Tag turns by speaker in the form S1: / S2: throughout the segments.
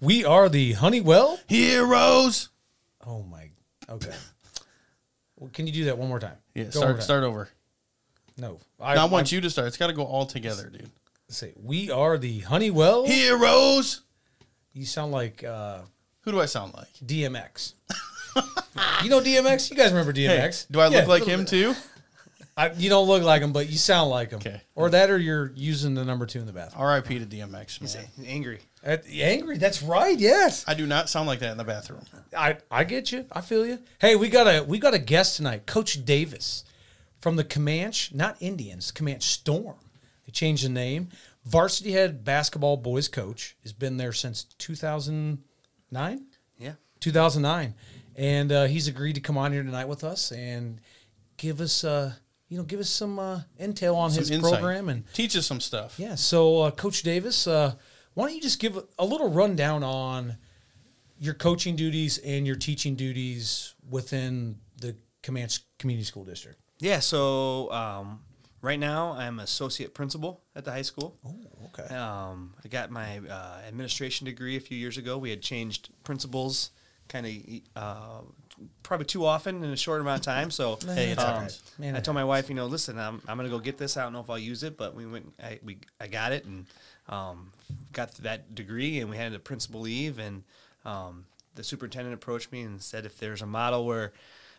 S1: We are the Honeywell.
S2: Heroes.
S1: Oh my. Okay. well, can you do that one more time?
S2: Yeah,
S1: Go
S2: start
S1: over that.
S2: start over.
S1: No,
S2: No, I, want you to start. It's got to go all together, dude.
S1: Say we are the Honeywell.
S2: Heroes.
S1: You sound like uh,
S2: Who do I sound like?
S1: DMX. you know DMX. You guys remember
S2: Hey,
S1: DMX?
S2: do I look
S1: Yeah.
S2: like him too?
S1: I, you don't look like him, but you sound like him.
S2: Okay.
S1: Or that, or you're using the number two in the bathroom.
S2: R.I.P. to DMX, man.
S3: Angry.
S1: Uh, you angry? That's right. Yes.
S2: I do not sound like that in the bathroom.
S1: I, I get you. I feel you. Hey, we got a we got a guest tonight, Coach Davis from the Comanche, not Indians, Comanche Storm. They changed the name. Varsity head basketball boys coach has been there since 2009.
S3: Yeah.
S1: 2009, and uh, he's agreed to come on here tonight with us and give us uh you know give us some uh, intel on his
S2: Some insight.
S1: program and
S2: teach us some stuff.
S1: yeah. So, uh, Coach Davis, uh, why don't you just give a- a little rundown on your coaching duties and your teaching duties within the Comanche Community School District?
S3: Yeah. So um, right now I'm associate principal at the high school.
S1: Okay.
S3: Um, I got my uh, administration degree a few years ago. We had changed principals kind of uh, probably too often in a short amount of time. So
S2: Hey, it happens.
S1: Man,
S3: Um, I
S1: it
S3: told my wife, you know, listen, I'm, I'm gonna go get this. I don't know if I'll use it, but we went. I we I got it and um, got that degree, and we had a principal leave, and um, the superintendent approached me and said if there's a model where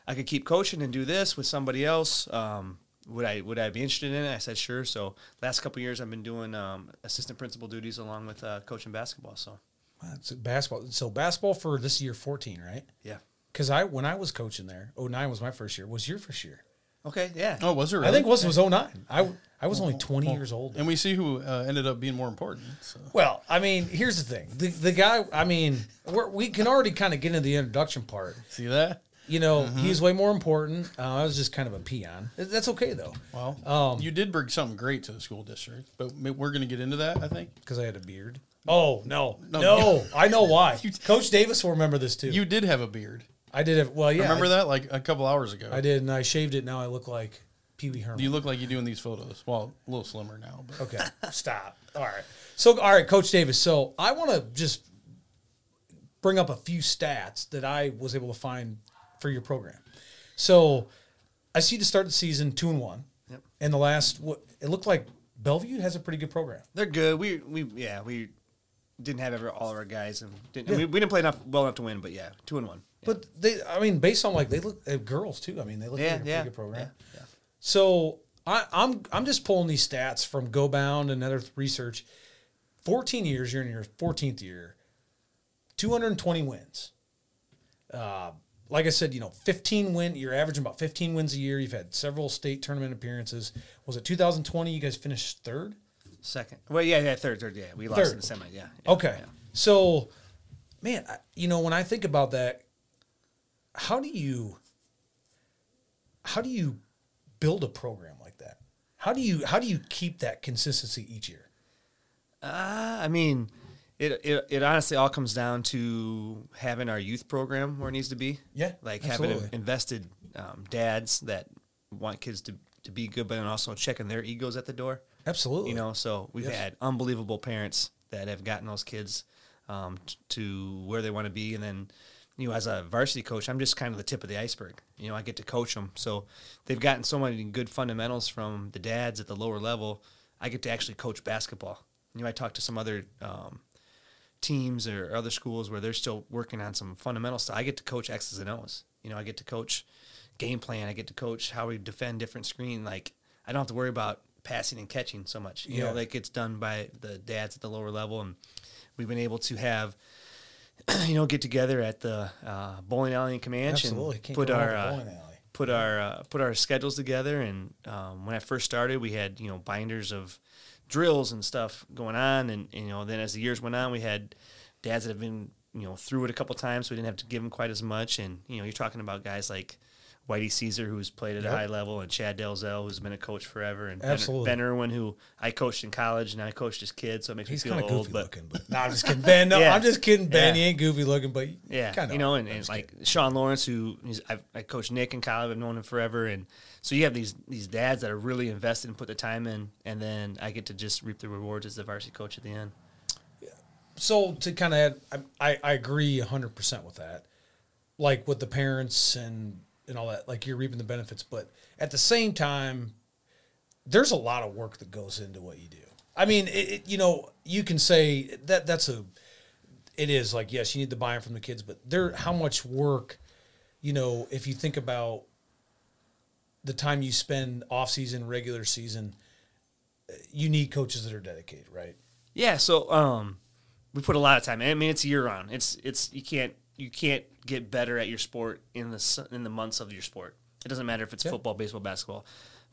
S3: I could keep coaching and do this with somebody else. Um, would I would I be interested in it? I said sure. So last couple years I've been doing um, assistant principal duties along with uh, coaching basketball. So
S1: That's basketball. So basketball for this year, 14, right?
S3: yeah,
S1: Because I when I was coaching there, 09 was my first year. Was your first year?
S3: okay, yeah.
S2: Oh, was it? Really?
S1: I think was was 09. I I was only 20 years old.
S2: And we see who uh, ended up being more important. So.
S1: Well, I mean, here's the thing. The, the guy, I mean, we're, we can already kind of get into the introduction part.
S2: See that?
S1: You know,
S2: Mm-hmm.
S1: he's way more important. Uh, I was just kind of a peon. Th- That's okay though,
S2: Well,
S1: Um,
S2: you did bring something great to the school district, but m- we're going to get into that. I think
S1: because I had a beard. Oh no, no!
S2: No.
S1: I know why. Coach Davis will remember this too.
S2: you did have a beard.
S1: I did have well, yeah.
S2: Remember
S1: I,
S2: that? Like a couple hours ago.
S1: I did, and I shaved it. Now I look like Pee Wee
S2: You
S1: Herman.
S2: look like you do in these photos. Well, a little slimmer now. But.
S1: okay, stop. All right. So, all right, Coach Davis. So, I want to just bring up a few stats that I was able to find for your program. So, I see to start the season two and one,
S3: Yep.
S1: and the last what it looked like Bellevue has a pretty good program.
S3: They're good. We we yeah we didn't have every, all of our guys and didn't, we, we didn't play enough well enough to win, but yeah, two and one.
S1: But they, I mean, based on like they look they have girls too. I mean, they look
S3: Yeah,
S1: like a pretty
S3: yeah,
S1: good program.
S3: yeah, yeah.
S1: So I, I'm I'm just pulling these stats from GoBound and other th- research. 14 years, you're in your 14th year, 220 wins. Uh, like I said, you know, 15 win. You're averaging about 15 wins a year. You've had several state tournament appearances. Was it 2020? You guys finished third.
S3: Second. Well, yeah, yeah, third, third, yeah. We lost
S1: Third.
S3: in the semi, yeah. yeah,
S1: Okay.
S3: yeah.
S1: So, man, I- you know, when I think about that, how do you how do you build a program like that? How do you how do you keep that consistency each year?
S3: Uh, I mean, it, it it honestly all comes down to having our youth program where it needs to be.
S1: Yeah,
S3: like having
S1: absolutely.
S3: invested um, dads that want kids to to be good, but then also checking their egos at the door.
S1: Absolutely.
S3: You know, so we've had unbelievable parents that have gotten those kids um, t- to where they want to be, and then you know, as a varsity coach, I'm just kind of the tip of the iceberg. You know, I get to coach them, so they've gotten so many good fundamentals from the dads at the lower level. I get to actually coach basketball. You know, I talk to some other um, teams or other schools where they're still working on some fundamental stuff. I get to coach X's and O's. You know, I get to coach game plan. I get to coach how we defend different screen. Like I don't have to worry about passing and catching so much. You
S1: Yeah.
S3: know, like it's done by the dads at the lower level, and we've been able to have you know get together at the uh, bowling alley in Comanche
S1: Absolutely.
S3: and
S1: Can't
S3: put
S1: go wrong
S3: our
S1: with
S3: uh,
S1: bowling alley.
S3: put our uh, put our schedules together. And um, when I first started, we had you know binders of drills and stuff going on, and you know then as the years went on, we had dads that have been you know through it a couple times, so we didn't have to give them quite as much. And you know you're talking about guys like. Whitey Caesar, who's played at a high level, and Chad Delzell, who's been a coach forever, and Ben-
S1: Absolutely.
S3: Ben Irwin, who I coached in college and I coached his kid, so it makes
S1: He's
S3: me feel
S1: kind of
S3: old.
S1: goofy
S3: but
S1: looking, but no, I'm just kidding. Ben, no,
S3: Yeah.
S1: I'm just kidding. Ben,
S3: Yeah.
S1: he ain't goofy looking, but
S3: Yeah,
S1: kind of.
S3: you know, and, and like Sean Lawrence, who he's, I've, I coached Nick in college, I've known him forever, and so you have these these dads that are really invested and put the time in, and then I get to just reap the rewards as the varsity coach at the end.
S1: so to kind of add, I, I I agree 100% with that. Like with the parents and and all that, like you're reaping the benefits, but at the same time, there's a lot of work that goes into what you do. I mean, it, it, you know, you can say that that's a it is like yes, you need the buy-in from the kids, but there how much work, you know, if you think about the time you spend off season, regular season, you need coaches that are dedicated, right?
S3: Yeah, so um, we put a lot of time. in. I mean, it's year on. It's it's you can't you can't get better at your sport in the s- in the months of your sport. It doesn't matter if it's football, baseball, basketball.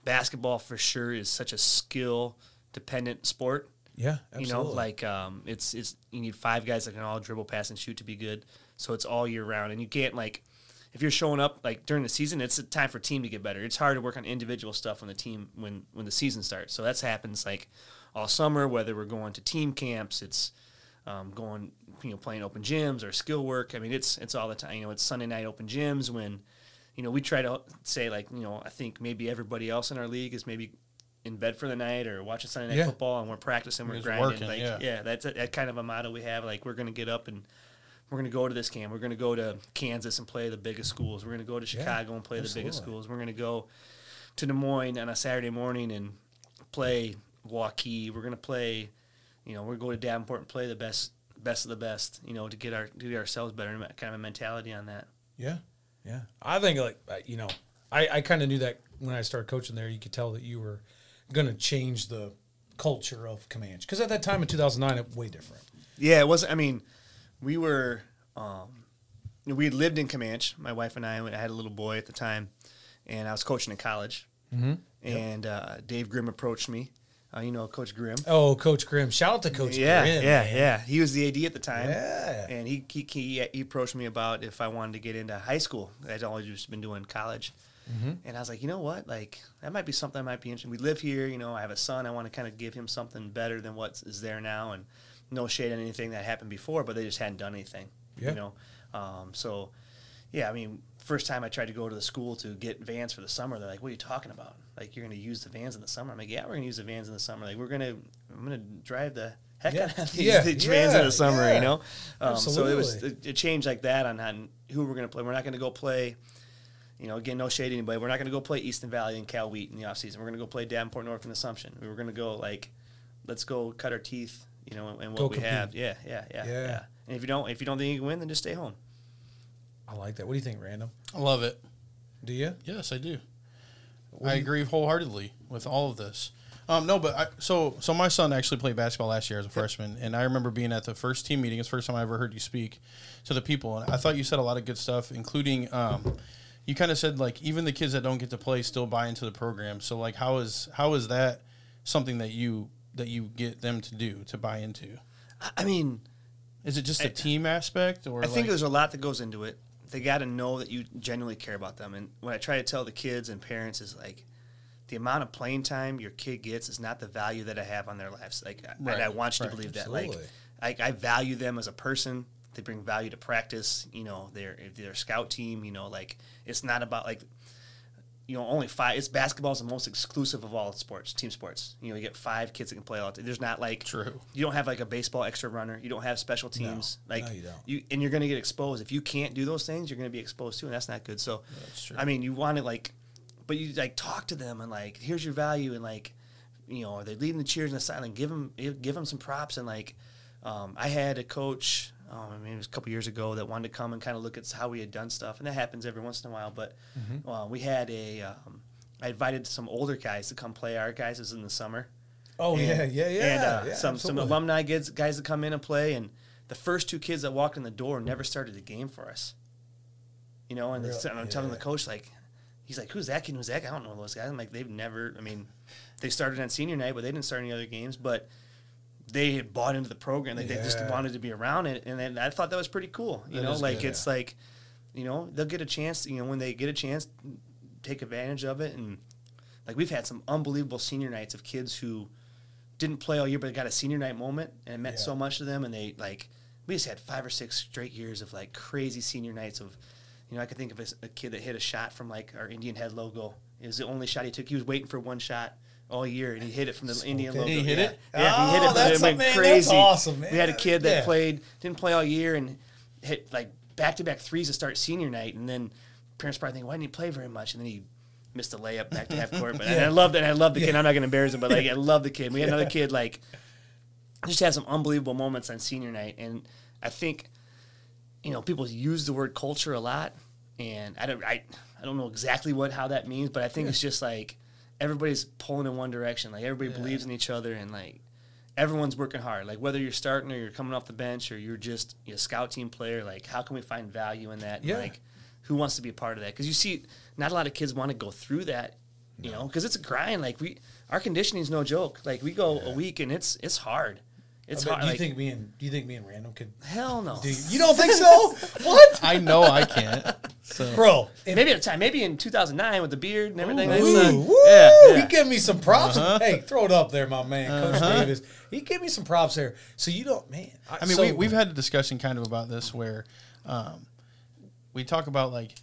S3: Basketball for sure is such a skill dependent sport.
S1: Yeah,
S3: You know, like um, it's it's you need five guys that can all dribble, pass, and shoot to be good. So it's all year round, and you can't like if you're showing up like during the season, it's a time for team to get better. It's hard to work on individual stuff when the team when when the season starts. So that's happens like all summer, whether we're going to team camps, it's um, going you know playing open gyms or skill work. I mean, it's it's all the time. You know, it's Sunday night open gyms when you know we try to say like you know I think maybe everybody else in our league is maybe in bed for the night or watching Sunday night
S1: Yeah.
S3: football and we're practicing we're
S2: Just
S3: grinding
S2: working,
S3: like yeah,
S2: yeah.
S3: that's a, that kind of a motto we have like we're gonna get up and we're gonna go to this camp we're gonna go to Kansas and play the biggest schools we're gonna go to Chicago and play the biggest
S1: absolutely.
S3: schools we're gonna go to Des Moines on a Saturday morning and play Waukee. We're gonna play, you know, we're going to Davenport and play the best, best of the best, you know, to get our to get ourselves better. Kind of a mentality on that.
S1: Yeah, yeah. I think like uh, you know, I I kind of knew that when I started coaching there. You could tell that you were going to change the culture of Comanche because at that time in 2009, it was way different.
S3: Yeah, it wasn't. I mean, we were, um, you know, we had lived in Comanche. My wife and I, I had a little boy at the time, and I was coaching in college. Mm-hmm. And uh, Dave Grimm approached me. Uh, you know, Coach Grimm.
S1: Oh, Coach Grimm! Shout out to Coach
S3: yeah,
S1: Grimm.
S3: Yeah, yeah. He was the AD at the time.
S1: Yeah.
S3: And he, he, he, he approached me about if I wanted to get into high school. I'd always just been doing college.
S1: Mm-hmm.
S3: And I was like, you know what? Like, that might be something I might be interested We live here. You know, I have a son. I want to kind of give him something better than what is there now. And no shade on anything that happened before, but they just hadn't done anything.
S1: Yeah.
S3: You know? Um, so, yeah, I mean, first time I tried to go to the school to get vans for the summer, they're like, "What are you talking about? Like, you're going to use the vans in the summer?" I'm like, "Yeah, we're going to use the vans in the summer. Like, we're going to, I'm going to drive the heck
S1: Yeah.
S3: out of these
S1: Yeah.
S3: these vans in
S1: Yeah.
S3: the summer."
S1: Yeah.
S3: You know, um, so it was
S1: Absolutely.
S3: a, a change like that on, on who we're going to play. We're not going to go play. You know, again, no shade to anybody. We're not going to go play Easton Valley and Cal Wheat in the offseason. We're going to go play Davenport North and Assumption. We were going to go like, let's go cut our teeth. You know, and, and what
S1: Go
S3: we
S1: compete.
S3: have. Yeah, yeah, yeah,
S1: Yeah.
S3: yeah, And if you don't, if you don't think you can win, then just stay home.
S1: I like that. What do you think, Random?
S2: I love it.
S1: Do you?
S2: Yes, I do. I agree wholeheartedly with all of this. Um, no, but I, so so my son actually played basketball last year as a freshman, and I remember being at the first team meeting. It's the first time I ever heard you speak to the people, and I thought you said a lot of good stuff, including um, you kind of said like even the kids that don't get to play still buy into the program. So like how is how is that something that you that you get them to do to buy into?
S3: I, I mean,
S2: Is it just the team aspect, or
S3: I think
S2: like-
S3: there's a lot that goes into it. They got to know that you genuinely care about them. And what I try to tell the kids and parents is like, the amount of playing time your kid gets is not the value that I have on their lives. Like, I-
S2: Right,
S3: and I want you
S2: right,
S3: to believe
S1: absolutely.
S3: that. Like, I, I value them as a person. They bring value to practice. You know, their their scout team. You know, like it's not about like you know, only five. It's basketball is the most exclusive of all sports, team sports. You know, you get five kids that can play all. the time. There's not like
S2: True.
S3: You don't have like a baseball extra runner. You don't have special teams. like
S1: No, you don't.
S3: and you're going to get exposed if you can't do those things. You're going to be exposed to, and that's not good. So, I mean, you want to like, but you like talk to them and like, here's your value and like, you know, are they leading the cheers and the silent? Give them give them some props and like, um, I had a coach. Um, I mean, it was a couple years ago that wanted to come and kind of look at how we had done stuff, and that happens every once in a while. But
S1: Mm-hmm.
S3: uh, we had a, um, I invited some older guys to come play our guys. It was in the summer.
S1: Oh
S3: And-
S1: yeah, yeah, yeah.
S3: And uh,
S1: yeah,
S3: some some
S1: absolutely.
S3: alumni kids, guys that come in and play, and the first two kids that walked in the door never started the game for us. You know, and,
S1: Really?
S3: the, and I'm telling the
S1: Yeah.
S3: coach like, he's like, "Who's that kid? Who's that guy?" I don't know those guys. I'm like, they've never. I mean, they started on senior night, but they didn't start any other games. But they had bought into the program. Like, They just
S1: Yeah.
S3: wanted to be around it, and then I thought that was pretty cool. You
S2: That
S3: know,
S2: is
S3: like
S2: good.
S3: it's like, you know, they'll get a chance. You know, when they get a chance, take advantage of it and like we've had some unbelievable senior nights of kids who didn't play all year but got a senior night moment and it meant
S1: Yeah.
S3: so much to them and they like we just had five or six straight years of like crazy senior nights of you know i could think of a, s- a kid that hit a shot from like our indian head logo it was the only shot he took he was waiting for one shot all year, and he hit it from the Indian
S1: it.
S3: logo.
S2: He hit
S3: yeah.
S2: it?
S3: Yeah, he hit
S1: Oh,
S3: it. From
S1: that's
S3: it went
S1: amazing.
S3: crazy.
S1: That's awesome, man.
S3: We had a kid that
S1: Yeah.
S3: played, didn't play all year, and hit like back to back threes to start senior night, and then parents probably think, why didn't he play very much? And then he missed a layup back to half court. But and I love that. I love the kid. I'm not going to embarrass him, but like I love the kid. We had another kid like just had some unbelievable moments on senior night, and I think you know people use the word culture a lot, and I don't I, I don't know exactly what how that means, but I think it's just like everybody's pulling in one direction, like everybody believes in each other, and like everyone's working hard, like whether you're starting or you're coming off the bench or you're just a scout team player, like how can we find value in that? and,
S1: Yeah.
S3: like who wants to be a part of that? Because you see, not a lot of kids want to go through that, you know, because it's a grind. Like we, our conditioning's no joke. Like we go a week and it's it's hard. It's
S1: I bet-
S3: hard.
S1: do you
S3: like,
S1: think me and do you think me and random could?
S3: hell no.
S1: Do you, you don't think so? what,
S2: I know I can't. So
S1: bro? If,
S3: Maybe at the time, maybe in 2009 with the beard and everything. uh, like
S1: Ooh,
S3: that.
S1: woo,
S3: yeah,
S1: You give me some props.
S2: Uh-huh.
S1: Hey, throw it up there, my man, Coach Davis. He gave me some props there. So you don't, man.
S2: I mean,
S1: so-
S2: we, we've had a discussion kind of about this where um, we talk about like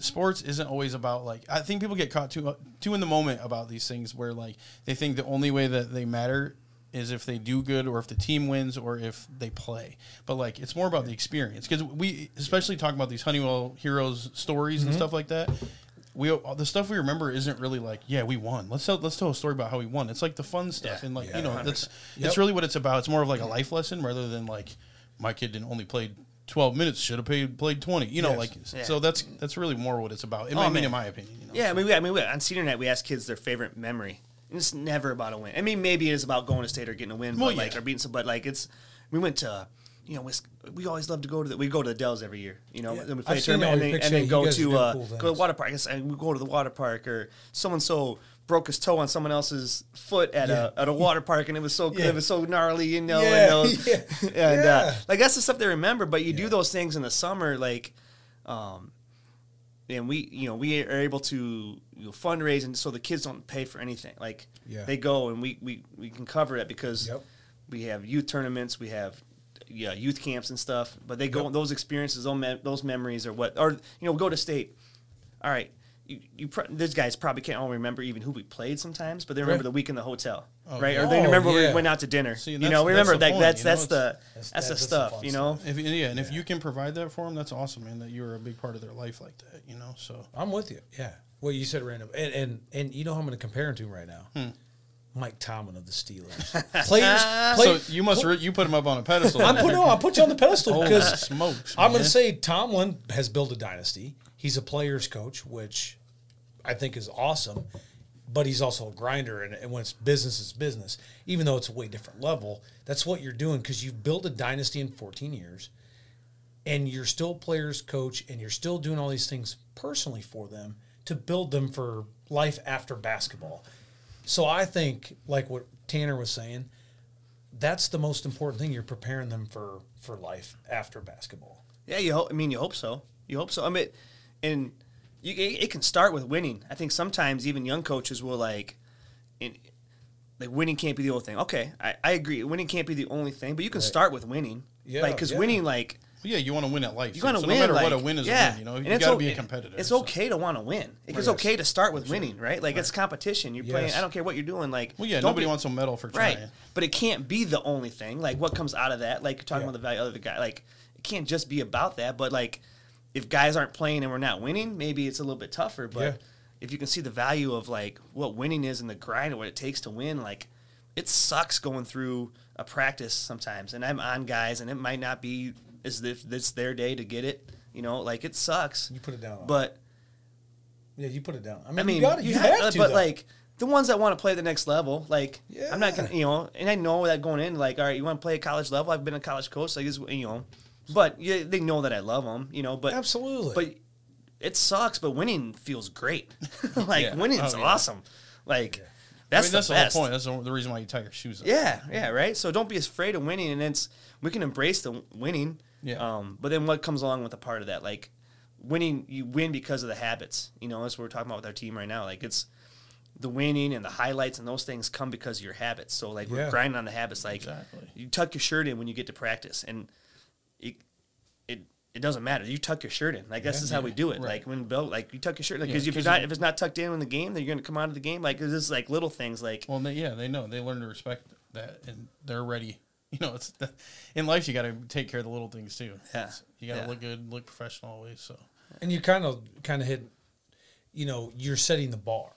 S2: sports isn't always about like I think people get caught too uh, too in the moment about these things where like they think the only way that they matter is if they do good or if the team wins or if they play. But like it's more about the experience because we especially talk about these Honeywell heroes stories and stuff like that. We all the stuff we remember isn't really like yeah we won. Let's tell let's tell a story about how we won. It's like the fun stuff and like you know that's that's really what it's about. It's more of like a life lesson rather than like my kid didn't only play 12 minutes should have played played 20 you know
S1: Yes.
S2: like s-
S3: Yeah. Oh,
S2: so that's that's really more what it's about in, I mean,
S3: man.
S2: in my opinion you know?
S3: Yeah, I mean, we, I mean, we, on senior night, we ask kids their favorite memory. And it's never about a win. I mean, maybe it is about going to state or getting a win,
S2: Well,
S3: but like
S2: yeah.
S3: or beating some. But like, it's we went to, you know, Wis- we always love to go to the we go to the Dells every year. You know, then we play
S1: I've
S3: a
S1: seen all
S3: tournament and
S1: your
S3: then,
S1: pictures.
S3: and then
S1: You
S3: go
S1: guys do
S3: to uh,
S1: cool
S3: go to the
S1: things.
S3: water park. It's- and we go to the water park or so and so broke his toe on someone else's foot at a at a water park and it was so
S1: Yeah.
S3: it was so gnarly, you know.
S1: Yeah,
S3: And those,
S1: yeah,
S3: and Uh,
S1: yeah.
S3: like that's the stuff they remember. But you do those things in the summer, like. Um, and we you know we are able to you know, fundraise and so the kids don't pay for anything like
S1: Yeah.
S3: they go and we, we we can cover it because
S1: Yep.
S3: we have youth tournaments we have yeah youth camps and stuff but they go those experiences those, mem- those memories are what or you know go to state all right you, you pro- these guys probably can't all remember even who we played sometimes but they remember
S1: Right.
S3: the week in the hotel right or they
S1: yeah.
S3: remember
S1: Oh,
S3: when
S1: yeah.
S3: we went out to dinner
S2: See, and
S3: you
S2: that's-
S3: know we
S2: that's
S3: remember
S2: the
S3: that
S2: point,
S3: that's
S2: you know,
S3: that's the
S2: it's-
S1: That's- that's
S3: that's, the
S1: the
S3: stuff
S1: fun
S3: you
S1: stuff.
S3: know
S2: if yeah and if you can provide that for them that's awesome man that you were a big part of their life like that you know so
S1: I'm with you. Yeah. Well, you said random, and and and you know who I'm going to compare him to right now.
S2: Hmm.
S1: Mike Tomlin of the Steelers. Players, play,
S2: so you must re- you put them up on a pedestal
S1: I put no, I put you on the pedestal
S2: Holy
S1: because
S2: smokes
S1: I'm going to
S2: man.
S1: say Tomlin has built a dynasty. He's a player's coach, which I think is awesome, but he's also a grinder. And, and when it's business, it's business. Even though it's a way different level, that's what you're doing because you've built a dynasty in 14 years and you're still a player's coach and you're still doing all these things personally for them to build them for life after basketball. So I think, like what Tanner was saying, that's the most important thing. You're preparing them for for life after basketball.
S3: Yeah, you hope. I mean, you hope so. You hope so. I mean, and you, it, it can start with winning. I think sometimes even young coaches will like, in, like winning can't be the only thing. Okay, I, I agree. Winning can't be the only thing, but you can start with winning.
S1: Yeah,
S3: like because
S1: yeah.
S3: winning, like
S2: yeah you want to win at life
S3: you want to
S2: so
S3: win.
S2: no matter
S3: like,
S2: what a win is
S3: yeah.
S2: a win you know
S3: And
S2: you
S3: it's
S2: got to
S3: o-
S2: be a competitor
S3: It's
S2: so.
S3: okay to want to win. Like, It's
S1: Yes.
S3: okay to start with winning, right? Like it's competition. You're playing.
S1: Yes.
S3: I don't care what you're doing. Like
S2: well yeah
S3: don't
S2: nobody
S3: be-
S2: wants a medal for trying
S3: Right. But it can't be the only thing. Like what comes out of that? Like you're talking
S1: Yeah.
S3: about the value of the guy. Like it can't just be about that. But like if guys aren't playing and we're not winning, maybe it's a little bit tougher. But
S1: Yeah.
S3: if you can see the value of like what winning is and the grind and what it takes to win, like it sucks going through a practice sometimes. And I'm on guys and it might not be as if it's their day to get it. You know, like it sucks.
S1: You put it down.
S3: But
S1: Yeah, you put it down. I mean,
S3: I mean, uh,
S1: you got it. You, have, to,
S3: but
S1: though.
S3: like the ones that want to play the next level, like I'm not gonna,
S1: Yeah.
S3: you know, and I know that going in, like, all right, you want to play at college level. I've been a college coach, like, it's, you know, but yeah, they know that I love them, you know, but
S1: absolutely.
S3: but it sucks. But winning feels great. like
S2: Yeah.
S3: winning's
S2: Oh, yeah.
S3: awesome. Like
S2: I
S3: that's
S2: mean,
S3: the
S2: that's the,
S3: best.
S2: whole point that's the the reason why you tie your shoes up
S3: Yeah, yeah, right. So don't be afraid of winning, and it's we can embrace the winning.
S2: Yeah.
S3: Um, but then what comes along with a part of that, like winning, you win because of the habits. You know, that's what we're talking about with our team right now. Like it's the winning and the highlights and those things come because of your habits. So like
S1: Yeah.
S3: we're grinding on the habits. Like
S2: Exactly.
S3: you tuck your shirt in when you get to practice, and it it it doesn't matter. You tuck your shirt in. Like this is how we do it. Like when Bill, like you tuck your shirt. Like
S2: Yeah,
S3: because if you're
S2: 'cause
S3: not,
S2: you-
S3: if it's not tucked in in the game, then you're gonna come out of the game. Like it's just like little things. Like
S2: Well, they, yeah, they know. They learn to respect that, and they're ready. You know, it's the, in life you got to take care of the little things too.
S3: Yeah.
S2: you got to
S3: Yeah.
S2: look good, look professional always. So
S1: And you kind of kind of hit, you know, you're setting the bar.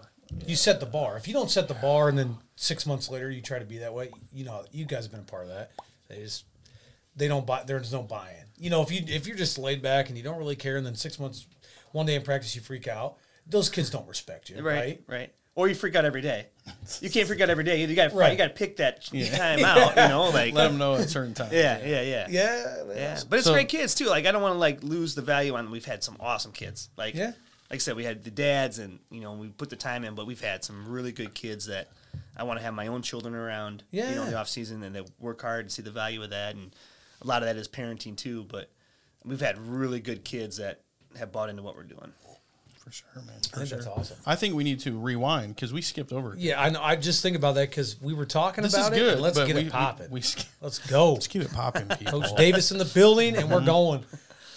S1: You set the bar. If you don't set the bar, and then six months later you try to be that way, you know, you guys have been a part of that. They just they don't buy. There's no buy-in. You know, if you if you're just laid back and you don't really care, and then six months, one day in practice you freak out. Those kids don't respect you,
S3: right,
S1: right?
S3: right, Or you freak out every day. You can't freak out every day. either. You got to
S1: Right.
S3: you got to pick that time out. You know, like
S2: let them know at certain times.
S3: yeah, yeah, yeah,
S1: Yeah,
S3: Yeah, but it's
S2: So-
S3: great kids too. Like I don't want to like lose the value on. We've had some awesome kids. Like
S1: Yeah.
S3: like I said, we had the dads, and you know we put the time in, but we've had some really good kids that I want to have my own children around. you know, in the
S1: Yeah.
S3: off season, and they work hard and see the value of that, and a lot of that is parenting too. But we've had really good kids that have bought into what we're doing.
S2: for sure, man.
S1: I
S2: For
S1: think
S2: sure.
S1: that's awesome.
S2: I think we need to rewind because we skipped over.
S1: Yeah, I know. I just think about that because we were talking
S2: This
S1: about
S2: is
S1: it.
S2: good,
S1: and let's
S2: but
S1: get
S2: we- we-
S1: it popping.
S2: we sk-
S1: let's go.
S2: Let's keep it popping, people.
S1: Coach Davis in the building, and we're going.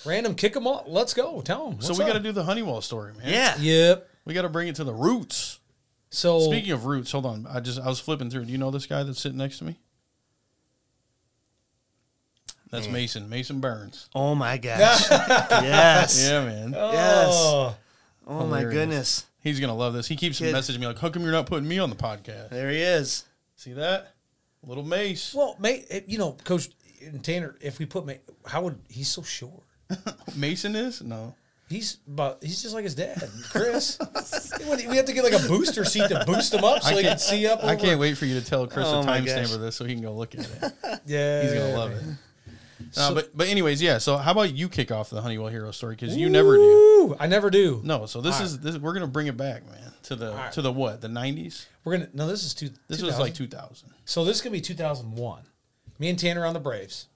S1: Random kick them off. Let's go. Tell them.
S2: so we got to do the Honeywell story, man.
S3: Yeah,
S1: Yep.
S2: we got to bring it to the roots.
S1: So
S2: Speaking of roots, hold on. I just I was flipping through. Do you know this guy that's sitting next to me? That's Mason. Mason Burns.
S3: Oh my gosh. yes.
S2: Yeah, man.
S1: oh,
S3: Oh my
S2: Hilarious.
S3: goodness.
S2: He's gonna love this. He keeps
S3: Kid.
S2: messaging me like, "How come you're not putting me on the podcast?"
S3: There he is.
S2: See that, little Mace.
S1: well, mate, it- you know, Coach and Tanner. If we put, mate, how would he's so short?
S2: Mason is no.
S1: He's about. He's just like his dad, Chris. He would- we have to get like a booster seat to boost him up so he can see up.
S2: I
S1: over-
S2: can't wait for you to tell Chris
S3: Oh
S2: the
S3: my
S2: timestamp
S3: gosh.
S2: of this so he can go look at it.
S1: Yeah,
S2: He's gonna
S1: yeah,
S2: love it.
S1: man.
S2: Uh,
S1: So-
S2: but but anyways, yeah. So how about you kick off the Honeywell hero story because you never do.
S1: Woo! I never do.
S2: No, so this is this, we're gonna bring it back, man, to the
S1: right.
S2: to the what the nineties.
S1: We're gonna. No, this is two.
S2: This was like
S1: 2000.
S2: two thousand.
S1: So this is gonna be 2001. Me and Tanner on the Braves.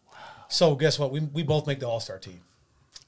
S1: So guess what? We, we both make the All Star team.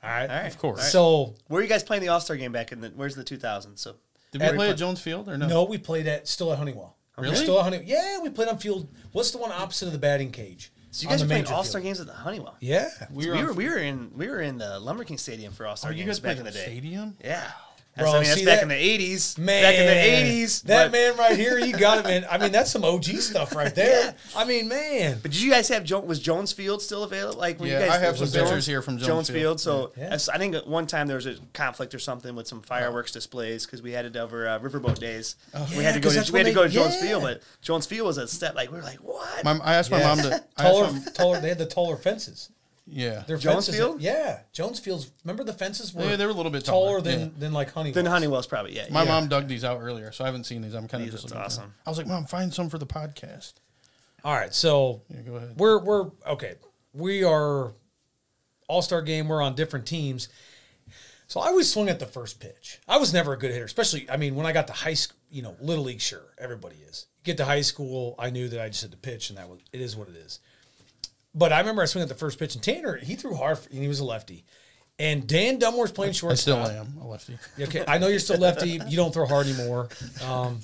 S1: All right.
S3: All right.
S2: Of course.
S1: So
S3: Where are you guys playing the All Star game back in the where's the two thousand? So
S2: Did we
S1: At-
S2: play at Jones Field or no?
S1: no, we played at still at Honeywell. We're
S2: Really?
S1: Still at Honeywell. Yeah, we played on field. What's the one opposite of the batting cage?
S3: So you
S1: On
S3: guys
S1: the
S3: were playing
S1: major
S3: All Star
S1: field.
S3: games at the Honeywell.
S1: Yeah.
S2: we
S3: So
S2: were.
S3: we
S2: on-
S3: were we were in we were in the Lumber King Stadium for All Star
S2: oh, you
S3: games
S2: guys played
S3: back in the day.
S2: stadium.
S3: Yeah,
S1: Bro,
S3: that's, I mean, that's
S1: see
S3: back
S1: that?
S3: in the eighties.
S1: Man,
S3: back in the eighties.
S1: That
S3: But,
S1: man right here, you got it, man. I mean, that's some OG stuff right there. I mean, man.
S3: but did you guys have Jo- was Jones Field still available? Like when
S2: Yeah,
S3: you guys
S2: I have
S3: was
S2: some
S3: Jones-
S2: pictures here from Jones
S3: Jones
S2: Field.
S3: Field. So
S1: Yeah.
S3: that's- I think at one time there was a conflict or something with some fireworks displays because we had it over uh, Riverboat Days.
S1: Oh,
S3: we
S1: Yeah,
S3: had to
S1: 'cause
S3: go
S1: that's
S3: to, we had
S1: when
S3: to go to
S1: they-
S3: Jones
S1: yeah.
S3: Field, but Jones Field was a step like we were like what?
S2: My, I asked my
S1: Yeah.
S2: mom to. I asked
S1: taller,
S2: my-
S1: taller. They had the taller fences.
S2: yeah.
S1: Their
S3: Jones
S1: fences,
S3: Field?
S1: Yeah, Jonesfields. Remember the fences were
S2: Yeah, they were a little bit
S1: taller
S2: taller,
S1: than
S2: yeah.
S1: than like Honeywell.
S3: then Honeywell's probably yeah.
S2: My
S3: yeah.
S2: mom dug these out earlier, so I haven't seen these. I'm kind of
S3: These
S2: just
S3: looked
S2: looking at them.
S3: awesome.
S2: I was like, Mom, find some for the podcast.
S1: All right, so
S2: Yeah, go ahead.
S1: we're we're okay. We are All Star game. We're on different teams. So I always swung at the first pitch. I was never a good hitter, especially I mean when I got to high school, you know, little league. Sure, everybody is. get to high school, I knew that I just had to pitch, and that was it is what it is. But I remember I swung at the first pitch, and Tanner he threw hard, and he was a lefty. And Dan Dunmore's playing
S2: I
S1: shortstop.
S2: still am a lefty.
S1: Okay, I know you're still lefty. You don't throw hard anymore. Um,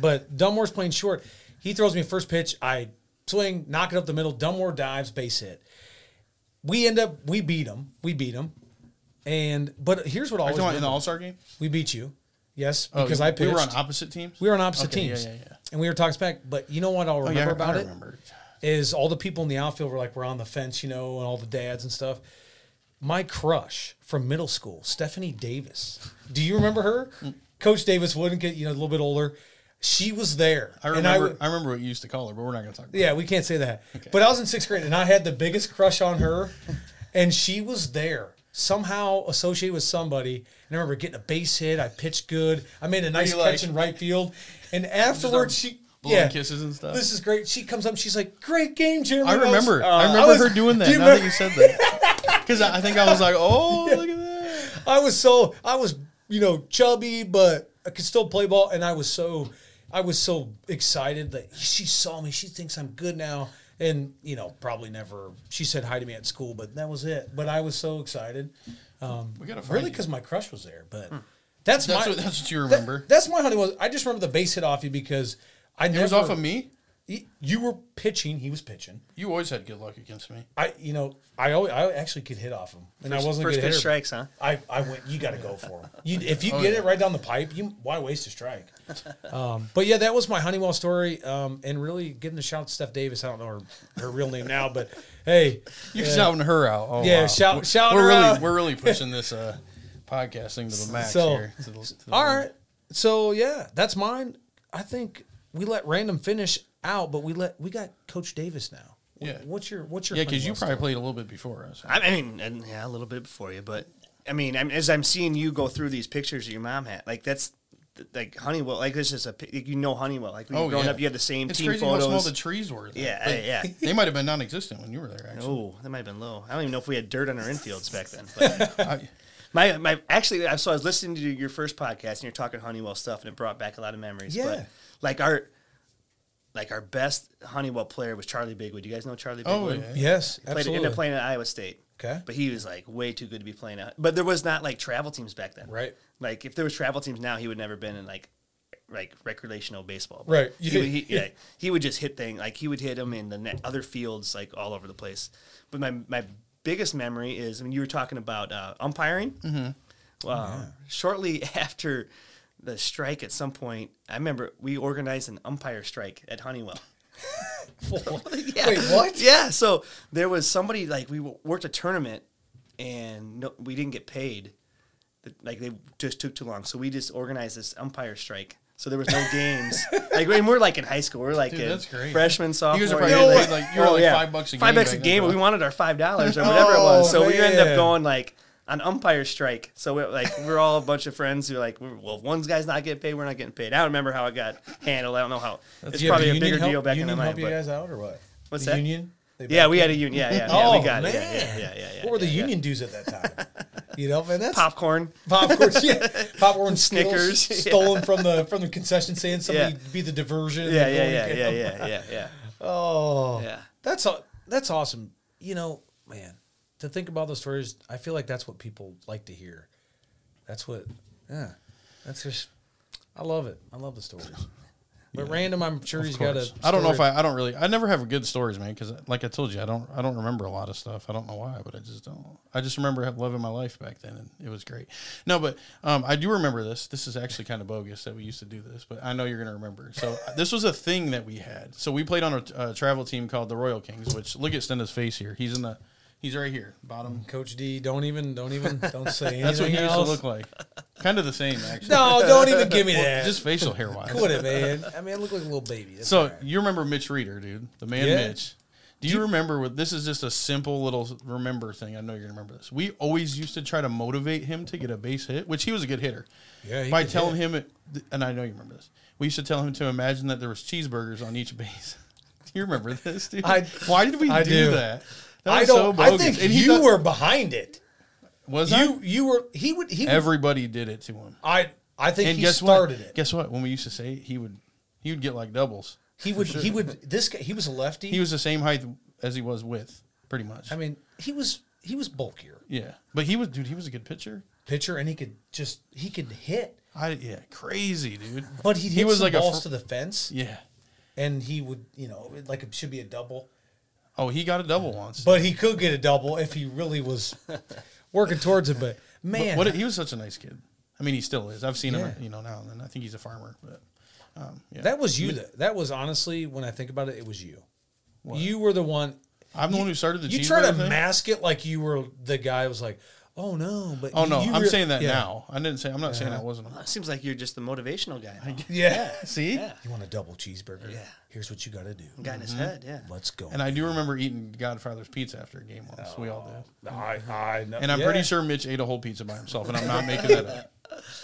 S1: but Dunmore's playing short. He throws me a first pitch. I swing, knock it up the middle. Dunmore dives, base hit. We end up we beat him. We beat him. And but here's what
S2: Are
S1: always
S2: you talking about in the
S1: remember.
S2: All Star game?
S1: we beat you. Yes,
S2: Oh,
S1: because
S2: you-
S1: I Oh, pitched.
S2: We were on opposite teams.
S1: opposite
S2: Okay,
S1: teams.
S2: Yeah, yeah, yeah.
S1: And we were talking back. But you know what I'll
S2: Oh,
S1: remember
S2: yeah, I-
S1: about
S2: I
S1: it
S2: remember.
S1: is all the people in the outfield were like we're on the fence, you know, and all the dads and stuff. My crush from middle school, Stephanie Davis. Do you remember her?
S2: Mm.
S1: Coach Davis wouldn't get you know a little bit older. She was there.
S2: I
S1: And
S2: remember. I,
S1: w-
S2: remember what you used to call her, but we're not going to talk. about
S1: yeah, we can't say that. But I was in sixth grade and I had the biggest crush on her, and she was there somehow associated with somebody. And I remember getting a base hit. I pitched good. I made a nice
S2: you
S1: catch
S2: like-
S1: in right field. And afterwards,
S2: Just, um,
S1: she
S2: blowing
S1: yeah,
S2: kisses and stuff.
S1: This is great. She comes up. and She's like, "Great game, Jeremy."
S2: I
S1: Rose."
S2: remember.
S1: Uh,
S2: I remember
S1: was-
S2: her doing that.
S1: Do you
S2: now that
S1: remember-
S2: you said that, because I I think I was like, "Oh, look at that."
S1: I was so I was you know chubby, but I could still play ball, and I was so I was so excited that she saw me. She thinks I'm good now, and you know probably never. She said hi to me at school, but that was it. But I was so excited,
S2: We got to find
S1: really,
S2: you.
S1: because my crush was there. But that's
S2: Hmm. That's
S1: my
S2: what, that's what you
S1: that-
S2: remember.
S1: that's my honey was. I just remember the base hit off you because I
S2: it
S1: never
S2: was off of me.
S1: he- you were pitching, he was pitching.
S2: You always had good luck against me.
S1: I, you know, I always, I actually could hit off him, and I wasn't a
S3: first
S1: good
S3: pitch
S1: hitter.
S3: strikes, huh? Oh,
S1: I, I went. You got to go for him. You, if you get it right down the pipe, you why waste a strike? Um, but yeah, that was my Honeywell story, um, and really giving a shout to Steph Davis. I don't know her, her real name now, but hey,
S2: You're shouting her out. Oh,
S1: Yeah,
S2: wow.
S1: shout-
S2: We're-
S1: shout
S2: we're
S1: her
S2: really,
S1: out.
S2: We're really pushing this uh, podcasting to the max
S1: So-
S2: here. To the, to the
S1: All right. So yeah, that's mine. I think we let random finish out, but we let we got Coach Davis now. Wh-
S2: Yeah.
S1: What's your what's your
S2: Yeah, because you
S1: Honeywell
S2: probably played a little bit before us.
S3: I I mean, and, yeah, a little bit before you, but I mean, I'm, as I'm seeing you go through these pictures of your mom had, like that's like Honeywell, like this is a pic- you know Honeywell, like when you growing up, you had the same
S2: Oh, It's
S3: team
S2: crazy
S3: photos.
S2: how small the trees were. then.
S3: yeah,
S2: Like,
S3: yeah.
S2: They might have been non-existent when you were there. Actually,
S3: Oh, that might have been low. I don't even know if we had dirt on our infields back then. But
S2: I,
S3: my, my, actually, I- so I was listening to your first podcast and you're talking Honeywell stuff, and it brought back a lot of memories.
S1: Yeah.
S3: But like our, like our best Honeywell player was Charlie Bigwood. You guys know Charlie
S2: oh,
S3: Bigwood?
S2: yeah.
S1: Yes,
S3: played
S1: absolutely.
S3: ended up playing at Iowa State.
S1: Okay.
S3: But he was like way too good to be playing out. But there was not like travel teams back then.
S1: Right.
S3: Like if there was travel teams now, he would never been in like like recreational baseball. But
S1: Right.
S3: He, would- he, yeah, he would just hit thing like he would hit them in the net, other fields like all over the place. But my my biggest memory is I mean you were talking about uh, umpiring. Mm-hmm. Well, shortly after the strike, at some point, I remember we organized an umpire strike at Honeywell. Yeah.
S1: Wait, what?
S3: Yeah. So there was somebody like we w- worked a tournament and no, we didn't get paid. The- Like they just took too long, so we just organized this umpire strike. So there was no games. Like and we're like in high school, we're like
S2: Dude,
S3: in
S2: that's great.
S3: freshman, sophomore.
S2: guys are probably
S3: year,
S2: getting paid, like, you were, like, five bucks a
S3: Five
S2: game
S3: bucks a
S2: back then,
S3: game, but
S2: bro.
S3: we wanted our five dollars or whatever it was. So we ended
S1: Oh, man.
S3: up going like on umpire strike. So we're like we're all a bunch of friends who are like, we're- well, if one guy's not getting paid, we're not getting paid. I don't remember how it got handled. I don't know how. it's
S1: Yeah,
S3: probably
S1: the
S3: a
S1: union
S3: bigger
S1: help-
S3: deal back in the
S1: union
S3: night.
S1: Help you
S3: but-
S1: guys out or what?
S3: What's
S1: the
S3: that?
S1: Union. They
S3: yeah,
S1: back-
S3: we had a union. Yeah, yeah, yeah.
S1: Oh
S3: we got
S1: man.
S3: it. Yeah, yeah, yeah, yeah, yeah.
S1: what were the
S3: yeah, yeah.
S1: union dues at that time? you know, man, that's
S3: Popcorn.
S1: popcorn, yeah, popcorn, Snickers,
S3: Snickers, yeah.
S1: stolen from the from the concession stand. Somebody
S3: Yeah.
S1: be the diversion.
S3: Yeah,
S1: and go
S3: yeah, yeah,
S1: and
S3: yeah,
S1: get them.
S3: yeah, yeah, yeah.
S1: Oh,
S3: Yeah.
S1: That's aw- that's awesome. You know, man, to think about those stories, I feel like that's what people like to hear. That's what, yeah. That's just, I love it. I love the stories. But random, I'm sure he's got a.
S2: I don't know if
S1: story-
S2: I. I don't really. I never have good stories, man. Because like I told you, I don't. I don't remember a lot of stuff. I don't know why, but I just don't. I just remember have- loving my life back then, and it was great. No, but um, I do remember this. This is actually kind of bogus that we used to do this, but I know you're gonna remember. So uh, this was a thing that we had. So we played on a, uh travel team called the Royal Kings. Which look at Stenda's face here. He's in the. He's right here, bottom.
S1: Coach D, don't even, don't even, don't say anything
S2: That's what he used
S1: else.
S2: to look like. Kind of the same, actually.
S1: No, don't even give me that.
S2: Just
S1: Just
S2: facial hair wise.
S1: quit it, man. I mean, I look like a little baby. That's all
S2: So
S1: right.
S2: you remember Mitch Reeder, dude, the man
S1: Yeah.
S2: Mitch. Do you, remember what this is just a simple little remember thing? I know you're gonna remember this. We always used to try to motivate him to get a base hit, which he was a good hitter.
S1: Yeah, he
S2: by
S1: could
S2: telling him him and I know you remember this. We used to tell him to imagine that there was cheeseburgers on each base. do you remember this, dude?
S1: I-
S2: Why did we
S1: I
S2: do,
S1: do.
S2: that? That
S1: I
S2: was
S1: don't.
S2: so
S1: I
S2: bogus.
S1: think
S2: And he
S1: you
S2: thought-
S1: were behind it.
S2: was I?
S1: You, you were. He would. He. Would,
S2: everybody did it to him.
S1: I. I think
S2: And
S1: he
S2: guess
S1: started
S2: what?
S1: it.
S2: Guess what? When we used to say it, he would he would get like doubles.
S1: He would. He would. This guy. He was a lefty.
S2: He was the same height as he was with, pretty much.
S1: I mean, he was. He was bulkier
S2: Yeah, but he was, dude. He was a good pitcher.
S1: pitcher, and he could just. He could hit,
S2: I yeah, crazy dude.
S1: but he'd hit
S2: was
S1: some
S2: like a
S1: balls
S2: fr-
S1: to the fence,
S2: Yeah.
S1: and he would. You know, it- like it should be a double,
S2: Oh, he got a double once.
S1: but he could get a double if he really was working towards it. But man,
S2: what he was such a nice kid. I mean, he still is. I've seen him,
S1: Yeah.
S2: you know, now and then. I think he's a farmer, but um, yeah.
S1: that was you. That that was honestly, when I think about it, it was you. You were the one.
S2: I'm the one who started the.
S1: You try to
S2: cheeseburger thing.
S1: mask it like you were the guy who was like, "Oh no," but
S2: Oh no,
S1: you
S2: I'm
S1: re-
S2: saying that
S1: yeah.
S2: now. I didn't say. I'm not saying I wasn't.
S3: It seems like you're just the motivational guy. now.
S1: Yeah.
S2: See.
S3: Yeah.
S1: You want a double cheeseburger?
S3: Yeah.
S1: Here's what you got to do.
S3: Guy in his head. Yeah.
S1: Let's go.
S2: And I do remember eating Godfather's pizza after a game once. We all did.
S1: I, I know.
S2: And I'm pretty sure Mitch ate a whole pizza by himself, and I'm not making that up.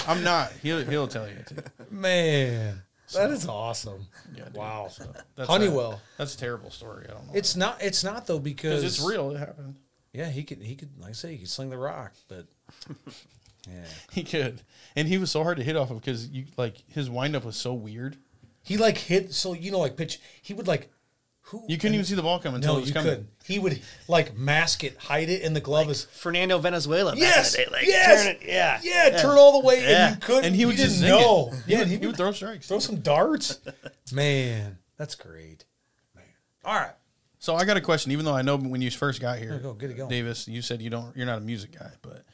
S2: I'm not. He'll, he'll tell you. Too.
S1: man, that is awesome.
S2: Yeah, dude.
S1: wow.
S2: That's
S1: Honeywell.
S2: A, that's a terrible story. I don't know.
S1: It's not. It's not though because
S2: 'Cause it's real. It happened.
S1: Yeah, he could. He could. Like I say, he could sling the rock, but yeah,
S2: He could, and he was so hard to hit off of because you like his windup was so weird.
S1: he like hit. So you know, like pitch. He would like. Who
S2: You couldn't even see the ball coming until
S1: No,
S2: it was
S1: you
S2: coming.
S1: couldn't. He would like mask it, hide it in the glove. as
S3: Fernando Venezuela. back in the
S1: yes,
S3: day, like,
S1: yes,
S3: turn it- yeah.
S1: yeah, Turn all the way,
S3: Yeah.
S1: and you couldn't.
S2: And he
S1: you
S2: would just
S1: didn't
S2: zing it.
S1: know.
S2: He
S1: Yeah,
S2: would,
S1: and
S2: he would throw strikes.
S1: throw some darts. Man, that's great. All right.
S2: So I got a question. Even though I know when you first got here,
S1: Yeah, go, get it going.
S2: Davis, you said you don't, you're not a music guy, but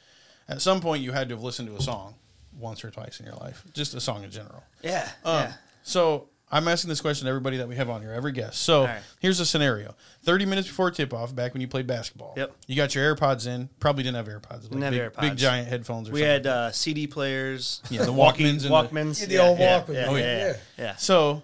S2: at some point you had to have listened to a song once or twice in your life, just a song in general.
S3: Yeah.
S2: Um,
S3: yeah.
S2: So I'm asking this question to everybody that we have on here, every guest. So
S3: right.
S2: here's a scenario: 30 minutes before tip off, back when you played basketball.
S3: Yep.
S2: You got your AirPods in. Probably didn't have AirPods. Like
S3: Didn't have
S2: big,
S3: AirPods.
S2: Big giant headphones. Or
S3: We
S2: something.
S3: had uh, CD players.
S2: Yeah, the
S3: walkie-
S2: Walkmans and the-
S3: Walkmans.
S1: Yeah, the old Walkman.
S3: Yeah,
S1: Oh,
S3: yeah,
S1: yeah.
S3: yeah. yeah.
S2: So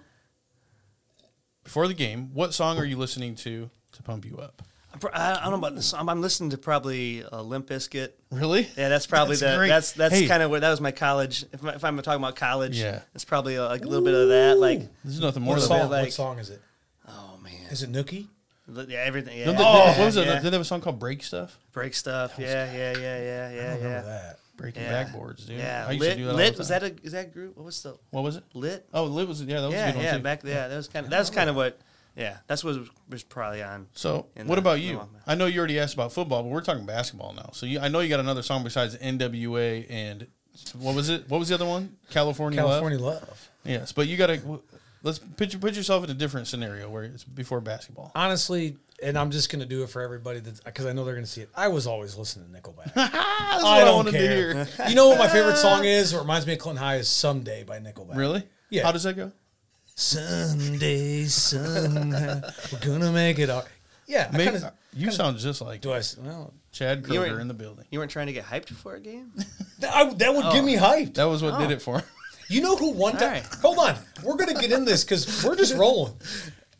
S2: before the game, what song are you listening to to pump you up?
S3: I'm pro- I I don't know about this. I'm, I'm listening to probably uh, Limp Bizkit.
S2: Really?
S3: Yeah, that's probably
S2: That's
S3: the
S2: great.
S3: that's that's
S2: Hey.
S3: kind of where that was my college. If, I- if I'm talking about college,
S2: Yeah.
S3: it's probably a, like a little bit of that. Like,
S2: There's nothing more
S1: What
S2: than
S3: song?
S2: that.
S1: song,
S3: like-
S1: what song is it?
S3: oh man,
S1: Is it Nookie?
S3: Li- yeah, everything. Yeah, Oh,
S2: Don't they-
S3: yeah,
S2: what was it?
S3: yeah.
S2: Did they have a song called Break Stuff?
S3: Break stuff. Yeah, yeah, yeah, yeah,
S1: I
S3: yeah,
S1: don't
S3: yeah.
S1: remember that.
S2: Breaking
S3: Yeah.
S2: backboards, dude.
S3: Yeah,
S2: I used
S3: lit.
S2: to do that. all
S3: lit
S2: the
S3: was
S2: time.
S3: that a is that a group? What was the
S2: What was it?
S3: lit?
S2: Oh, lit was yeah, that was a
S3: yeah,
S2: good one
S3: yeah.
S2: too.
S3: Back yeah, that was kind of that's kind of what. Yeah, that's what was- was probably on.
S2: So,
S3: in
S2: what
S3: the-
S2: about
S3: in the
S2: you?
S3: Walkman.
S2: I know you already asked about football, but we're talking basketball now. So, you, I know you got another song besides NWA and what was it? What was the other one? California,
S1: California Love.
S2: Love. Yes, but you got to let's put you, put yourself in a different scenario where it's before basketball.
S1: Honestly, and I'm just gonna do it for everybody that because I know they're gonna see it. I was always listening to Nickelback.
S2: That's
S1: I
S2: what
S1: don't
S2: wanted to
S1: care.
S2: hear.
S1: you know what my favorite song is? It reminds me of Clinton High is "Someday" by Nickelback.
S2: Really?
S1: Yeah.
S2: How does that go?
S1: Someday, somehow, we're gonna make it. All. Yeah, I
S2: Maybe,
S1: kinda,
S2: you sound just like
S1: do. I s- well,
S2: Chad
S3: You
S2: Kroger
S3: were-
S2: in the building.
S3: You weren't trying to get hyped for a game.
S1: that, I, that would give me hype.
S2: That was what
S3: Oh.
S2: did it for him.
S1: You know who one time?
S3: right.
S1: Hold on, we're gonna get in this because we're just rolling.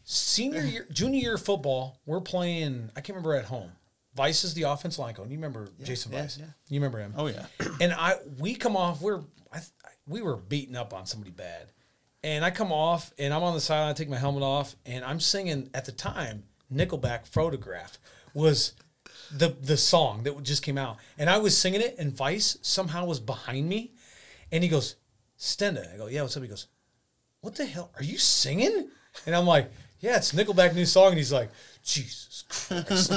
S1: Senior year, junior year football, we're playing. I can't remember at home. Vice is the offense line coach. You remember Jason
S3: yeah,
S1: Vice?
S3: yeah.
S1: You remember him?
S2: Oh yeah.
S1: and I we come off we're I, th- we were beaten up on somebody bad, and I come off and I'm on the sideline. I take my helmet off and I'm singing at the time. Nickelback photograph was the the song that just came out, and I was singing it, and Vice somehow was behind me, and he goes, "Stenda," I go, "Yeah, what's up?" He goes, "What the hell are you singing?" And I'm like. Yeah, it's Nickelback new song, and he's like, Jesus Christ.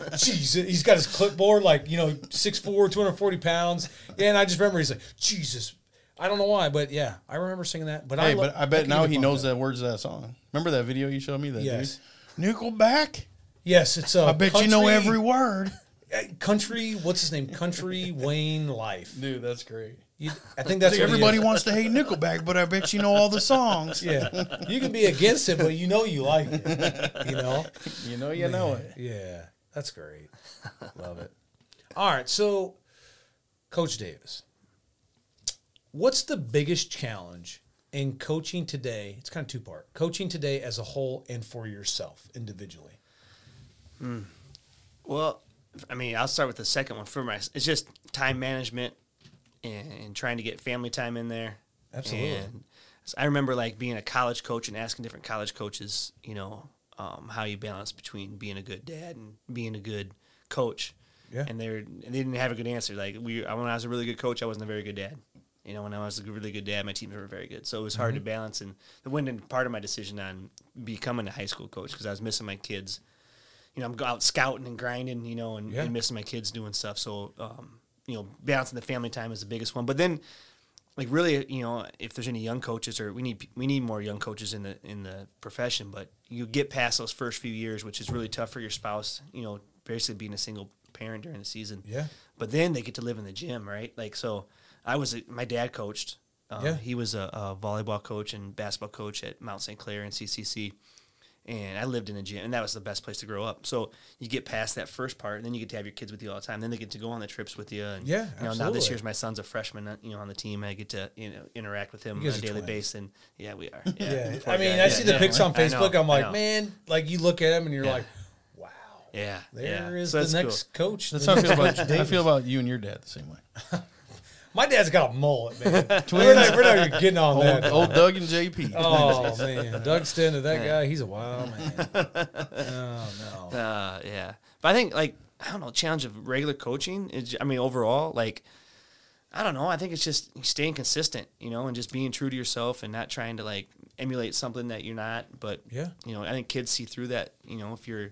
S1: Jesus. He's got his clipboard, like, you know, 6'4, 240 pounds. Yeah, and I just remember he's like, Jesus. I don't know why, but yeah, I remember singing that. But I
S2: Hey,
S1: lo-
S2: but I bet
S1: can
S2: now
S1: get
S2: he
S1: pumped
S2: knows
S1: up.
S2: the words of that song. Remember that video you showed me? That
S1: Yes.
S2: dude? Nickelback.
S1: Yes, it's a.
S2: I bet you know every word.
S1: country. What's his name? Country Wayne Life.
S2: Dude, that's great.
S1: You, I think that's what he
S2: Everybody
S1: is.
S2: wants to hate Nickelback, but I bet you know all the songs.
S1: Yeah, you can be against it, but you know you like it. You know.
S2: You know, you know it.
S1: Yeah, that's great. Love it. All right, so Coach Davis, what's the biggest challenge in coaching today? It's kind of two part coaching today as a whole and for yourself individually.
S3: Well, I mean, I'll start with the second one for my. It's just time management and, and trying to get family time in there.
S1: Absolutely.
S3: And so I remember like being a college coach and asking different college coaches, you know, um, how you balance between being a good dad and being a good coach.
S1: Yeah.
S3: And they were, and they didn't have a good answer. Like we, I- when I was a really good coach, I wasn't a very good dad. You know, when I was a really good dad, my teams were very good. So it was hard
S1: Mm-hmm.
S3: to balance. And it went in part of my decision on becoming a high school coach because I was missing my kids you know, I'm go- out scouting and grinding, you know, and,
S1: Yeah.
S3: and missing my kids doing stuff. So, um, you know, balancing the family time is the biggest one. But then, like, really, you know, if there's any young coaches, or we need we need more young coaches in the in the profession. But you get past those first few years, which is really tough for your spouse. You know, basically being a single parent during the season.
S1: Yeah.
S3: But then they get to live in the gym, right? Like, so I was a, my dad coached. Um,
S1: Yeah.
S3: He was a, a volleyball coach and basketball coach at Mount St. Clair and CCC and I lived in a gym, and that was the best place to grow up. So you get past that first part, and then you get to have your kids with you all the time. Then they get to go on the trips with you. And,
S1: Yeah,
S3: you know, now this
S1: absolutely.
S3: year's my son's a freshman, uh, you know, on the team, and I get to you know interact with him on
S1: You guys
S3: a
S1: are
S3: daily
S1: twins.
S3: basis. And yeah, we are.
S1: Yeah,
S3: Yeah,
S1: I mean, I see the pics on
S3: I know,
S1: Facebook. I'm
S3: I
S1: like,
S3: know.
S1: man, like you look at him and you're
S3: Yeah.
S1: like, wow,
S3: Yeah,
S1: there
S3: yeah.
S1: is
S3: So that's
S1: the
S3: cool.
S1: next coach.
S2: That's
S1: the
S2: how I
S1: next
S2: feel about
S1: Coach
S2: I
S1: Davis.
S2: feel about you and your dad the same way.
S1: My dad's got a mullet, man. we're, not, we're not even getting on
S2: Old,
S1: that.
S2: old Doug and JP.
S1: Oh man, Doug Stender, that guy, he's a wild man. Oh no.
S3: Uh, yeah, but I think like I don't know, challenge of regular coaching. Is, I mean, overall, like I don't know. I think it's just staying consistent, you know, and just being true to yourself and not trying to like emulate something that you're not. But
S1: Yeah.
S3: you know, I think kids see through that. You know, if you're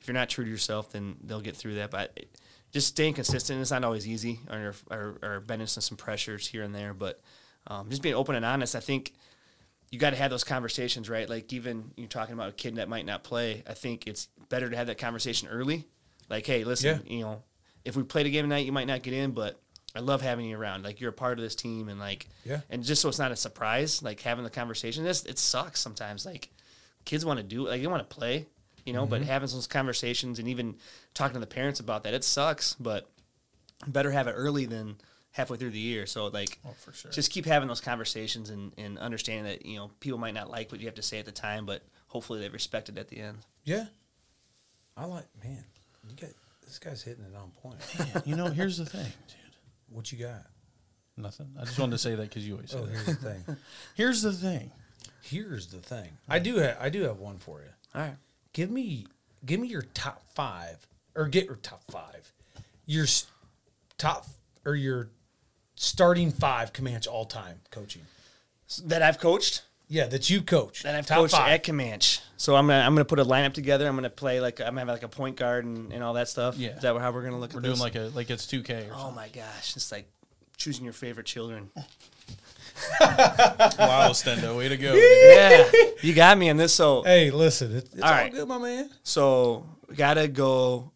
S3: if you're not true to yourself, then they'll get through that. But it- just staying consistent is not always easy, or or, or bending some some pressures here and there. But um, just being open and honest, I think you got to have those conversations, right? Like even you're talking about a kid that might not play. I think it's better to have that conversation early. Like, hey, listen, you know, if we played a game tonight, you might not get in, but I love having you around. Like you're a part of this team, and like,
S1: Yeah.
S3: and just so it's not a surprise, like having the conversation. This it sucks sometimes. Like kids want to do, like they want to play, you know, but having those conversations and even talking to the parents about that, it sucks. But better have it early than halfway through the year. So like,
S2: Oh, for sure.
S3: just keep having those conversations and, and understanding that you know people might not like what you have to say at the time, but hopefully they respect it at the end.
S1: Yeah. I like man, you got this guy's hitting it on point.
S2: you know, here's the thing, dude.
S1: what you got?
S2: Nothing. I just wanted to say that because you always say
S1: Oh,
S2: that.
S1: here's the thing.
S2: Here's the thing.
S1: Here's the thing. I do have I do have one for you.
S3: All right.
S1: Give me give me your top five or get your top five. Your s- top or your starting five Comanche all time coaching.
S3: that I've coached.
S1: Yeah, that you coach.
S3: That I've coached at Comanche. So I'm gonna I'm gonna put a lineup together. I'm gonna play like I'm gonna have like a point guard and, and all that stuff.
S2: Yeah.
S3: Is that how we're gonna look
S2: We're
S3: at
S2: doing
S3: this?
S2: like a like it's 2K. Or
S3: oh my gosh, it's like choosing your favorite children.
S2: something. wow, Stendo, way to go. dude.
S3: yeah. You got me in this so
S1: Hey, listen, it, it's all,
S3: right.
S1: good, my man.
S3: So gotta go.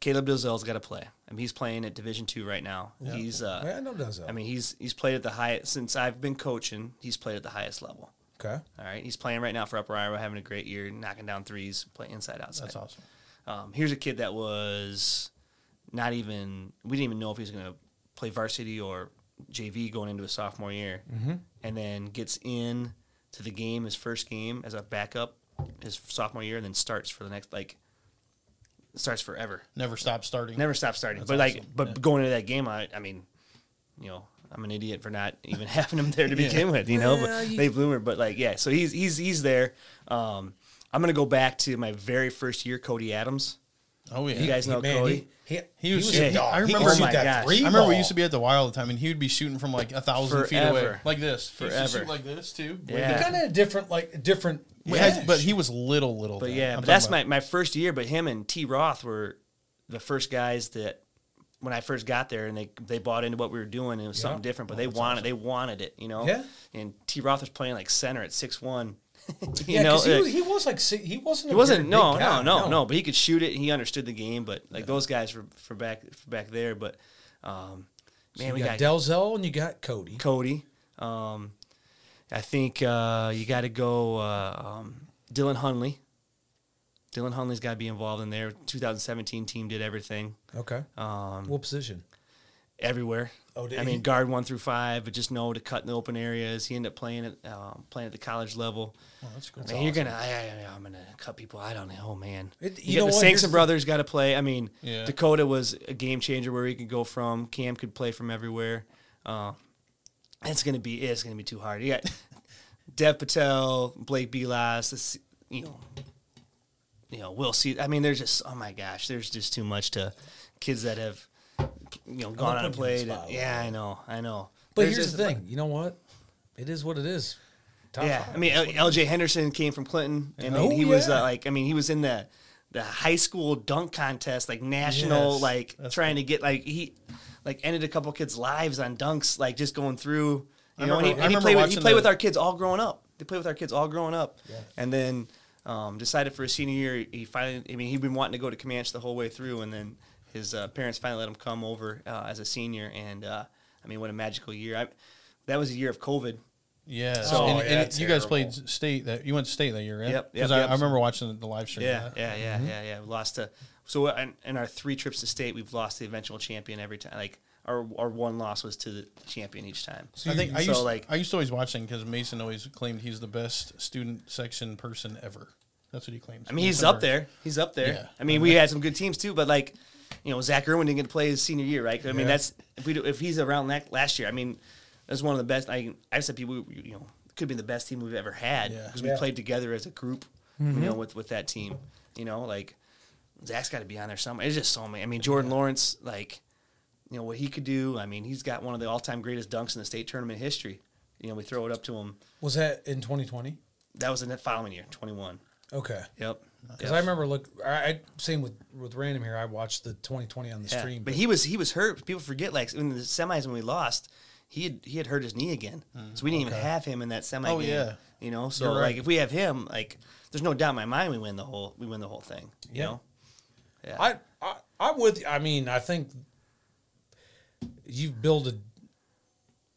S3: Caleb Dozell's got to play. I mean, he's playing at Division Two right now. He's, uh,
S1: Yeah, I know Dozell.
S3: I mean, he's he's played at the highest since I've been coaching. He's played at the highest level.
S1: Okay.
S3: All right, he's playing right now for Upper Iowa, having a great year, knocking down threes, playing inside outside.
S2: That's awesome.
S3: Um, here's a kid that was not even we didn't even know if he was going to play varsity or JV going into his sophomore year, mm-hmm. and then gets in to the game his first game as a backup his sophomore year, and then starts for the next like starts forever,
S2: Never stop starting.
S3: never stops starting. but like, but going into that game, I, I mean, you know. I'm an idiot for not even having him there to begin with, you know.
S1: Well,
S3: but
S1: you-
S3: they bloomer, but like, yeah. So he's he's he's there. Um, I'm gonna go back to my very first year, Cody Adams.
S2: Oh yeah.
S3: You guys know
S1: man,
S3: Cody.
S1: He, he,
S2: He was
S1: he
S2: shooting-
S1: a dog.
S2: I
S1: He could
S2: remember-
S1: shoot
S2: oh my
S1: that
S3: gosh.
S1: three
S2: I remember we
S1: ball.
S2: used to be at the Y all the time, and he would be shooting from like a thousand feet away,
S3: Forever.
S2: like this, He used to
S3: Forever.
S2: shoot like this too.
S3: Yeah.
S1: kind of a different, like a different.
S2: Wait,
S1: Yeah.
S2: I- but he was little, little.
S3: But
S2: then.
S3: yeah,
S2: I'm
S3: but that's my,
S2: talking
S3: my first year. But him and T. Roth were the first guys that when I first got there, and they they bought into what we were doing, and it was something different. But they wanted they wanted it, you know.
S1: Oh, Yeah.
S3: And T. Roth was playing like center at six one. you
S1: yeah,
S3: know,
S1: 'cause he,
S3: like,
S1: was, he was like si- he wasn't.
S3: he
S1: a
S3: wasn't.
S1: very
S3: No,
S1: big
S3: no,
S1: guy,
S3: no, no. But he could shoot it. and He understood the game. But like those guys were for back for back there. But um, man,
S1: You
S3: we
S1: got
S3: got,
S1: Delzell and you got Cody.
S3: Cody. Um, I think uh, you got to go uh, um, Dylan Hunley. Dylan Hunley's got to be involved in there. 2017 team did everything
S1: Okay.
S3: um,
S1: what position?
S3: everywhere.
S1: Oh, did
S3: I mean,
S1: he?
S3: guard one through five, but just know to cut in the open areas. He ended up playing at um, playing at the college level.
S1: Oh,
S2: about- That's cool.
S3: Man, you're gonna, I, I, I'm gonna cut people. I don't know. Oh man,
S1: It- you
S3: you,
S1: know
S3: got the
S1: what? Here's
S3: Sankson
S1: the-
S3: brothers got to play. I mean,
S2: Yeah.
S3: Dakota was a game changer where he could go from. Cam could play from everywhere. Uh, it's gonna be it's gonna be too hard. You got Dev Patel, Blake Belas, this, you know, you know, Will see. I mean, there's just oh my gosh, there's just too much to kids that have you know gone out and
S1: put you in
S3: played.
S1: the spotlight.
S3: yeah, I know, I know.
S1: But
S3: There's
S1: here's
S3: just
S1: the
S3: a bu-
S1: thing. You know what? It is what it is. Top
S3: yeah,
S1: five.
S3: I mean, L- LJ Henderson came from Clinton. I mean,
S1: Oh,
S3: he was
S1: yeah.
S3: uh, like, I mean, he was in the the high school dunk contest, like national,
S2: Yes,
S3: like trying to get like he like ended a couple kids' lives on dunks, like just going through. You
S2: I
S3: know, and he,
S2: remember- I
S3: and he
S2: remember
S3: played, with, he
S2: watching
S3: played
S2: the-
S3: with our kids all growing up. They played with our kids all growing up, and then um, decided for his senior year, he finally. I mean, he'd been wanting to go to Comanche the whole way through, and then his uh, parents finally let him come over uh, as a senior. And uh, I mean, what a magical year! I, that was a year of COVID.
S2: Yeah.
S1: Oh,
S2: So and,
S1: yeah,
S2: and
S1: that's
S2: you guys
S1: terrible.
S2: played state that you went to state that year, right?
S3: Yep, yep,
S2: Because I,
S3: yep.
S2: I remember watching the live stream. of
S3: Yeah,
S2: that.
S3: yeah, yeah, yeah, yeah. We lost to so in, in our three trips to state, we've lost the eventual champion every time. Like our our one loss was to the champion each time.
S2: I think I
S3: so
S2: used
S3: like
S2: I used to always watch him because Mason always claimed he's the best student section person ever. That's what he claims.
S3: I mean he's up there, he's up there.
S2: Yeah.
S3: I mean we had some good teams too, but like you know Zach Irwin didn't get to play his senior year, right? I mean
S2: Yeah.
S3: that's if we do, if he's around that last year, I mean that's one of the best. I I've said people you know could be the best team we've ever had
S2: Yeah. Mm-hmm.
S3: because we
S1: Yeah.
S3: played together as a group, you know, with with that team, you know, like. Zach's got to be on there somewhere. It's just so many. I mean, Jordan Lawrence, like, you know what he could do. I mean, he's got one of the all-time greatest dunks in the state tournament history. You know, we throw it up to him.
S1: Was that in 2020?
S3: That was in the following year, 21.
S1: Okay.
S3: Yep.
S1: Because I remember look. I, I same with with random here. I watched the 2020 on the
S3: Yeah.
S1: stream.
S3: But he was he was hurt. People forget like in
S1: Mm,
S3: the semis when we lost, he had he had hurt his knee again, so we didn't even have him in that semi.
S2: Oh,
S3: game.
S2: yeah.
S3: You know, so
S1: You're right.
S3: like if we have him, like there's no doubt in my mind we win the whole we win the whole thing. You
S1: Yeah.
S3: know, yeah.
S1: I, I I'm with. I mean, I think you've built a.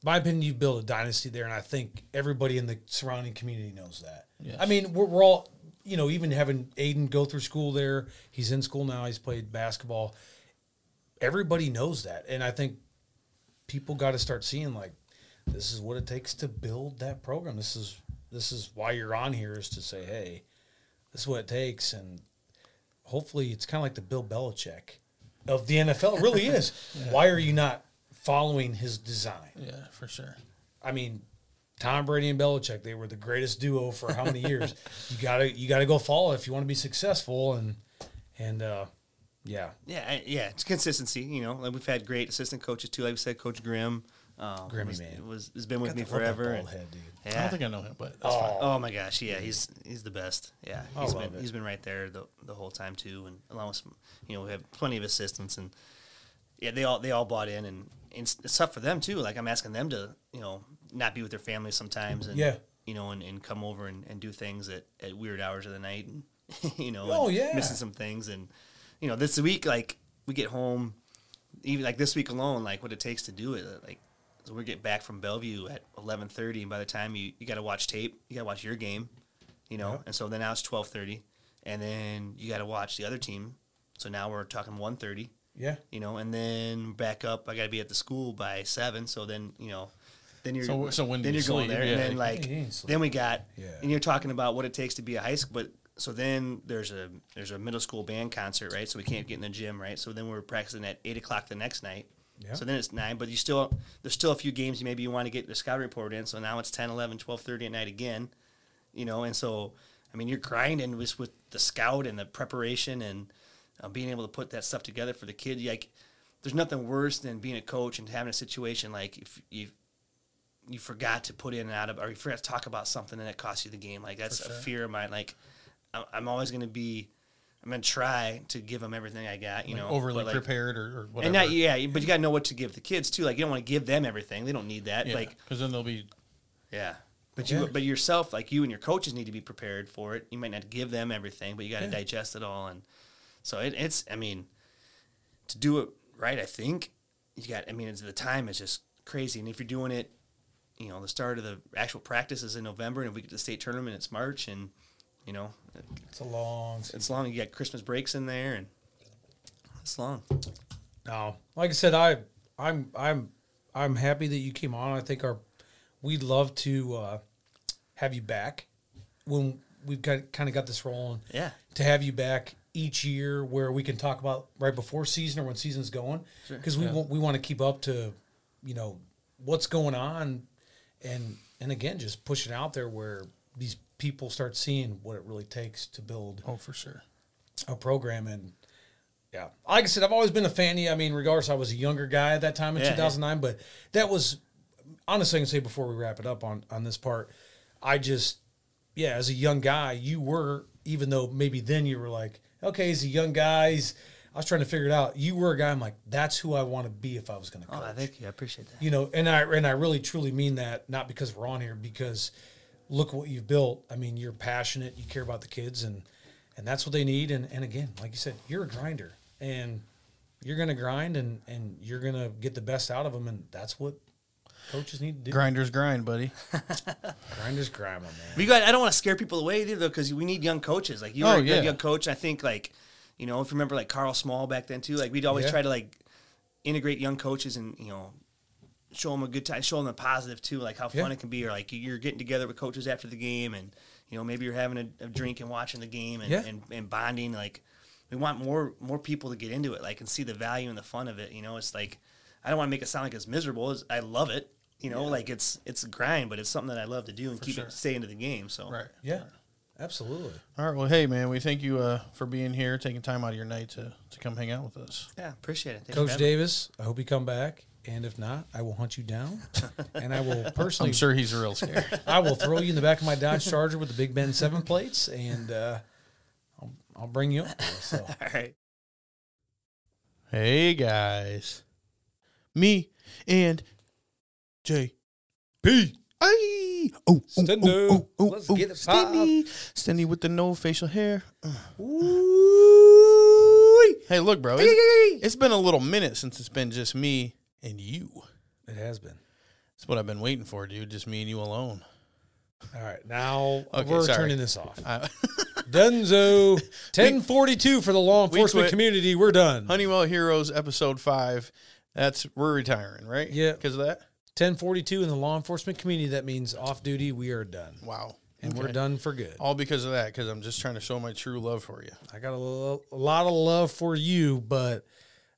S1: My opinion, you've built a dynasty there, and I think everybody in the surrounding community knows that.
S2: Yes.
S1: I mean, we're, we're all, you know, even having Aiden go through school there. He's in school now. He's played basketball. Everybody knows that, and I think people got to start seeing like this is what it takes to build that program. This is this is why you're on here is to say, hey, this is what it takes, and hopefully it's kind of like the Bill Belichick of the NFL. It really is. Why are you not following his design?
S2: Yeah, for sure.
S1: I mean, Tom Brady and Belichick, they were the greatest duo for how many years? you gotta you gotta go follow if you want to be successful and and uh yeah.
S3: yeah, I- yeah. It's consistency. You know, like we've had great assistant coaches too. Like we said, Coach Grimm. Um,
S1: Grimmy
S3: was,
S1: man.
S3: was has been with
S1: Got
S3: me
S1: that- what that
S3: forever.
S1: bald
S3: and-
S1: head, dude.
S3: Yeah.
S2: I don't think I know him, but that's fine.
S1: Oh,
S3: Oh my gosh, yeah, he's he's the best. Yeah,
S1: I
S3: he's
S1: love
S3: been
S1: it.
S3: he's been right there the, the whole time too, and along with some, you know we have plenty of assistants and yeah they all they all bought in and, and it's, it's tough for them too. Like I'm asking them to you know not be with their families sometimes and
S1: Yeah.
S3: you know and, and come over and, and do things at, at weird hours of the night and you know
S1: Oh,
S3: and
S1: yeah.
S3: missing some things and you know this week like we get home even like this week alone, like what it takes to do it. Like so we get back from Bellevue at eleven thirty, and by the time you you got to watch tape, you got to watch your game, you know. And so then now it's twelve thirty, and then you got to watch the other team. So now we're talking one thirty,
S1: yeah.
S3: you know, and then back up. I got to be at the school by seven. So then you know, then you're
S2: So- so when do
S3: then
S2: you
S3: you're going
S2: sleep?
S3: there, and
S2: Yeah.
S3: then like
S1: Yeah, you ain't sleep.
S3: then we got
S1: Yeah.
S3: and you're talking about what it takes to be a high school. But so then there's a there's a middle school band concert, right? So we can't get in the gym, right? So then we're practicing at eight o'clock the next night.
S1: Yeah.
S3: So then it's nine, but you still there's still a few games you maybe you want to get the scout report in. So now it's 10, 11, 12, 30 at night again you know and so i mean you're grinding with, with the scout and the preparation and uh, being able to put that stuff together for the kid like there's nothing worse than being a coach and having a situation like if you you forgot to put in and out of or you forgot to talk about something and it cost you the game like that's a fear of mine like I- i'm always going to be i'm going to try to give them everything i got you know but,
S2: Overly
S3: like,
S2: prepared or, or whatever.
S3: and not yeah but you got to know what to give the kids too like you don't want to give them everything they don't need that
S2: yeah,
S3: like
S2: because then they'll be
S3: yeah. But you,
S1: Yeah.
S3: but yourself, like you and your coaches, need to be prepared for it. You might not give them everything, but you got to
S1: Yeah.
S3: digest it all, and so it, it's. I mean, to do it right, I think you got. I mean, it's, the time is just crazy, and if you're doing it, you know, the start of the actual practice is in November, and if we get to the state tournament, it's March, and you know,
S1: It's a long
S3: it's long. You got Christmas breaks in there, and it's long.
S1: No, like I said, I I'm I'm I'm happy that you came on. I think our we'd love to uh, have you back when we've got kind of got this rolling.
S3: Yeah.
S1: to have you back each year where we can talk about right before season or when season's going because we want we want to keep up to you know what's going on and and again just push it out there where these people start seeing what it really takes to build
S2: oh for sure.
S1: a program and yeah like i said i've always been a fan of you. i mean regardless i was a younger guy at that time in
S3: Yeah, yeah.
S1: 2009 but that was honestly i can say before we wrap it up on on this part i just yeah as a young guy you were even though maybe then you were like okay he's a young guy he's, i was trying to figure it out you were a guy i'm like that's who i want to be if i was going to coach
S3: thank you. I appreciate that.
S1: you know and i and i really truly mean that not because we're on here because look what you've built i mean you're passionate you care about the kids and and that's what they need and and again like you said you're a grinder and you're gonna grind and and you're gonna get the best out of them and that's what coaches need to do
S2: Grinders grind, buddy.
S1: grinders grind my man
S3: We got. I don't want to scare people away either, though, because we need young coaches. Like you
S2: Oh,
S3: were a
S2: yeah.
S3: young coach. I think like, you know, if you remember like Carl Small back then too. Like we'd always
S1: Yeah.
S3: try to like integrate young coaches and you know show them a good time, show them the positive too, like how fun
S1: Yeah.
S3: it can be, or like you're getting together with coaches after the game, and you know maybe you're having a, a drink and watching the game and,
S1: Yeah.
S3: and and bonding. Like we want more more people to get into it, like and see the value and the fun of it. You know, it's like I don't want to make it sound like it's miserable. It's, I love it. You know, like it's it's a grind, but it's something that I love to do and keep
S2: sure.
S3: it stay into the game. So
S2: Right.
S1: yeah absolutely
S2: All right. Well, hey man, we thank you uh, for being here, taking time out of your night to to come hang out with us.
S3: Yeah, appreciate it. Thank you for
S1: coach
S3: having me.
S1: davis i hope you come back and if not i will hunt you down and i will personally
S2: I'm sure he's real scared.
S1: I will throw you in the back of my Dodge Charger with the Big Ben seven plates, and uh, I'll, I'll bring you up. there, So
S3: All right.
S2: Hey guys, me and JP Ay, oh, oh,
S1: Stendy.
S2: oh, oh, oh,
S1: Let's
S2: oh.
S1: get it
S2: Stendy. Stendy with the no facial hair. Uh.
S1: Ooh.
S2: Hey, look, bro. It's, it's been a little minute since it's been just me and you.
S1: It has been.
S2: That's what I've been waiting for, dude. Just me and you alone.
S1: All right, now
S2: Okay,
S1: we're
S2: sorry. Uh,
S1: turning this off.
S2: I,
S1: Dunzo, 1042 for the law enforcement
S2: quit.
S1: community. We're done.
S2: Honeywell Heroes episode five. That's we're retiring, right?
S1: Yeah.
S2: Because of that.
S1: 1042 in the law enforcement community. That means off duty. We are done.
S2: Wow.
S1: And we're
S2: Okay.
S1: done for good.
S2: All because of that. Because I'm just trying to show my true love for you.
S1: I got a, lo- a lot of love for you, but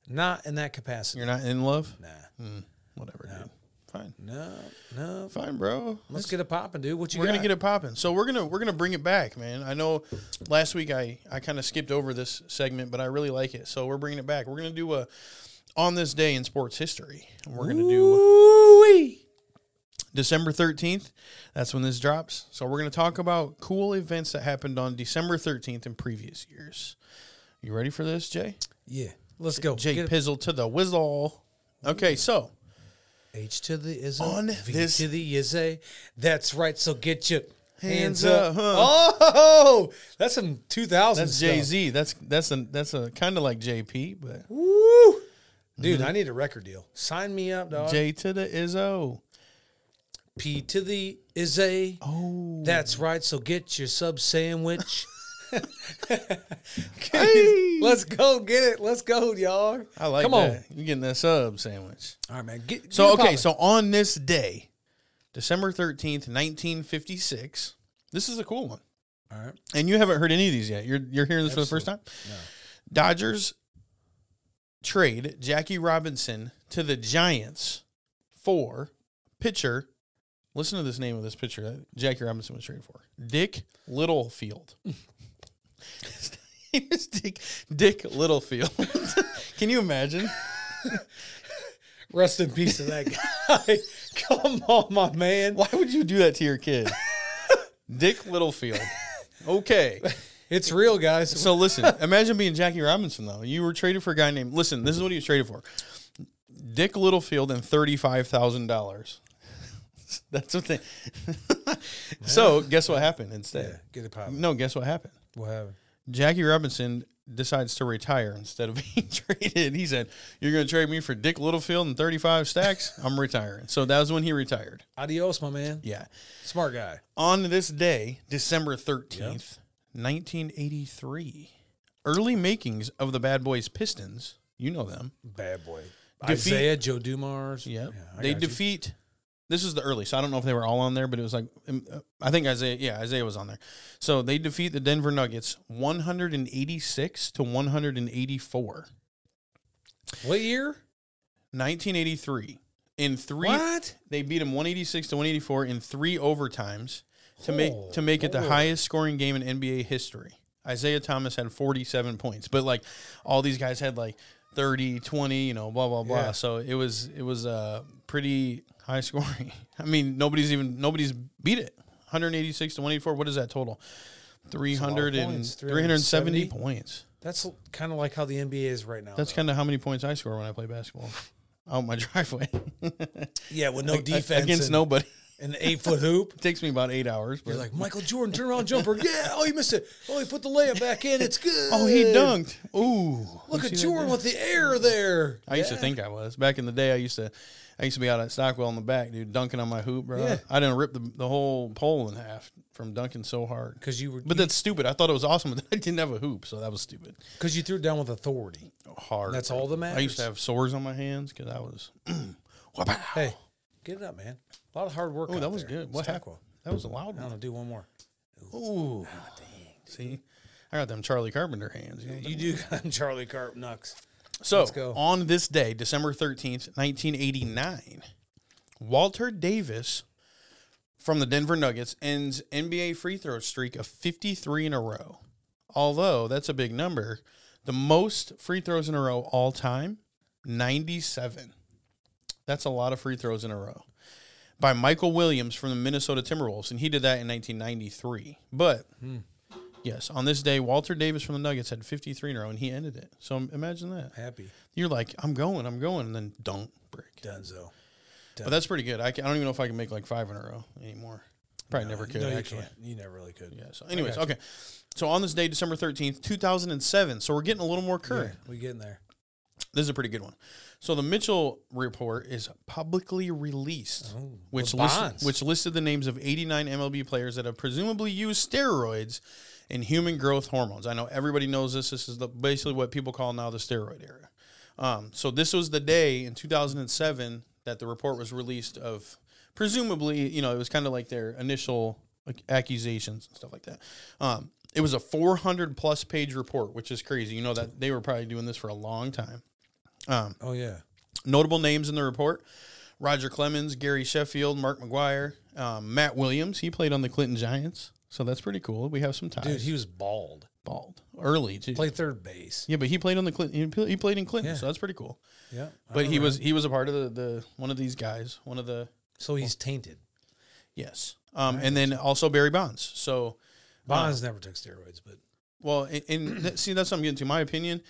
S1: not in that capacity.
S2: You're not in love.
S1: Nah.
S2: Whatever, dude. Fine.
S1: No, no.
S2: Fine, bro.
S1: Let's get it popping, dude. What you
S2: we're
S1: got?
S2: gonna get it popping. So we're gonna we're gonna bring it back, man. I know last week I I kind of skipped over this segment, but I really like it. So we're bringing it back. We're gonna do a on this day in sports history. We're gonna do
S1: Ooh-wee.
S2: December thirteenth. That's when this drops. So we're gonna talk about cool events that happened on December thirteenth in previous years. You ready for this, Jay?
S1: Yeah. Let's go.
S2: Jay
S1: Get it.
S2: Pizzle to the Whizzle. Okay, so
S1: H to the is
S2: On
S1: V
S2: this-
S1: to the is a. That's right. So get your hands,
S2: Hands
S1: up.
S2: up, huh?
S1: Oh, that's some 2000
S2: that's Jay Z. That's that's a that's a kind of like JP, but
S1: Woo! Dude,
S2: Mm-hmm.
S1: I need a record deal. Sign me up, dog.
S2: J to the Izzo.
S1: P to the is a.
S2: Oh.
S1: That's right. So get your sub sandwich.
S2: Hey.
S1: Let's go get it. Let's go, y'all.
S2: I like
S1: Come
S2: that.
S1: on.
S2: You're getting that sub sandwich.
S1: All right, man. Get,
S2: So,
S1: get it
S2: okay,
S1: poppin'.
S2: so on this day, December 13th, 1956, this is a cool one.
S1: all right.
S2: And you haven't heard any of these yet. You're, you're hearing this for the first time? Dodgers trade Jackie Robinson to the Giants for pitcher. Listen to this name of this pitcher that Jackie Robinson was traded for Dick Littlefield. His name is Dick, Dick Littlefield. Can you imagine?
S1: Rest in peace to that guy. Come on, my man.
S2: Why would you do that to your kid? Dick Littlefield. Okay.
S1: It's real, guys.
S2: So listen, imagine being Jackie Robinson though. You were traded for a guy named Listen, this is what he was traded for. Dick Littlefield and $35,000. That's what they So, guess what happened
S1: Yeah,
S2: instead?
S1: get it poppin'.
S2: No, guess what happened?
S1: What happened?
S2: Jackie Robinson decides to retire instead of being traded. He said, "You're going to trade me for Dick Littlefield and 35 stacks? I'm retiring." So that was when he retired.
S1: Adios, my man.
S2: Yeah.
S1: Smart guy.
S2: on this day, December 13th, 1983, early makings of the Bad Boys Pistons, you know them.
S1: Bad boy.
S2: Defeat-
S1: Isaiah Joe Dumars. I
S2: they
S1: got you.
S2: defeat This is the early, so I don't know if they were all on there, but it was like um, uh, I think Isaiah, yeah, Isaiah was on there. So they defeat the Denver Nuggets 186 to 184.
S1: What year?
S2: 1983 in 3
S1: What?
S2: They beat him 186 to 184 in three overtimes to make to make it the
S1: Lord.
S2: highest scoring game in NBA history. Isaiah Thomas had 47 points, but like all these guys had like 30, 20, you know, blah blah blah.
S1: Yeah.
S2: So it was it was uh pretty high scoring. I mean, nobody's even nobody's beat it. 186 to 184. What is that total? 300 and
S1: points.
S2: 370 points.
S1: That's kind of like how the NBA is right now.
S2: That's kind of how many points I score when I play basketball. Out my driveway.
S1: yeah, with no
S2: A- a-
S1: defense
S2: against
S1: and
S2: nobody.
S1: an eight foot hoop.
S2: It takes me about eight hours. But
S1: You're like Michael Jordan, turn around jumper. Yeah. Oh, he missed it. Oh, he put the layup back in. It's good.
S2: oh, he dunked. Ooh,
S1: Look
S2: You
S1: at
S2: see that
S1: Jordan
S2: there?
S1: with the air there.
S2: I used to
S1: Yeah.
S2: think I was back in the day. I used to, I used to be out at Stockwell in the back, dude, dunking on my hoop, bro.
S1: Yeah.
S2: I didn't rip the, the whole pole in half from dunking so hard.
S1: 'Cause you were-
S2: but that's stupid. I thought it was awesome, but I didn't have a hoop, so that was stupid.
S1: because you threw it down with authority.
S2: Hard.
S1: That's all that
S2: I
S1: matters.
S2: used to have sores on my hands because I was.
S1: Hey, get it up, man. A lot of hard work.
S2: Oh,
S1: out
S2: that was
S1: there.
S2: good. What
S1: Stack
S2: happened?
S1: well.
S2: That was a loud
S1: I
S2: one.
S1: don't know. Do one more.
S2: Ooh. See, I got them Charlie Carpenter hands. You know,
S1: You do got Charlie Carp Nux.
S2: So
S1: go.
S2: on this day, December 13th, 1989, Walter Davis from the Denver Nuggets ends NBA free throw streak of 53 in a row. Although that's a big number, the most free throws in a row all time, 97. That's a lot of free throws in a row. By Michael Williams from the Minnesota Timberwolves, and he did that in 1993. But yes, on this day, Walter Davis from the Nuggets had 53 in a row, and he ended it. So imagine that.
S1: Happy
S2: You're like, I'm going, I'm going, and then don't break.
S1: Dunzo.
S2: But that's pretty good. I, can, I don't even know if I can make like five in a row anymore. Probably never could
S1: no, you
S2: actually.
S1: can't. You never really could.
S2: Yeah. So, anyways, okay. So on this day, December thirteenth, two thousand and seven. So we're getting a little more current.
S1: we get in there.
S2: Uh, This is a pretty good one. So the Mitchell report is publicly released,
S1: Oh,
S2: which
S1: with
S2: list,
S1: bonds.
S2: which listed the names of 89 MLB players that have presumably used steroids and human growth hormones. I know everybody knows this. This is the, basically what people call now the steroid era. Um, so this was the day in 2007 that the report was released of presumably, you know, it was kind of like their initial like accusations and stuff like that. Um, it was a 400 plus page report, which is crazy. You know that they were probably doing this for a long time.
S1: Oh yeah.
S2: Notable names in the report Roger Clemens, Gary Sheffield, Mark McGuire, um, Matt Williams. He played on the Clinton Giants. So that's pretty cool. We have some ties.
S1: Dude, he was bald.
S2: bald early too.
S1: Played third base.
S2: yeah, but he played on the Clinton. he pl- He played in Clinton,
S1: Yeah.
S2: so that's pretty cool.
S1: Yeah.
S2: But he was he was a part of the, the one of these guys, one of the
S1: So he's tainted.
S2: yes, um, and then also Barry Bonds. So
S1: Bonds never took steroids, but
S2: well, and, and that, see that's what I'm getting to. My opinion,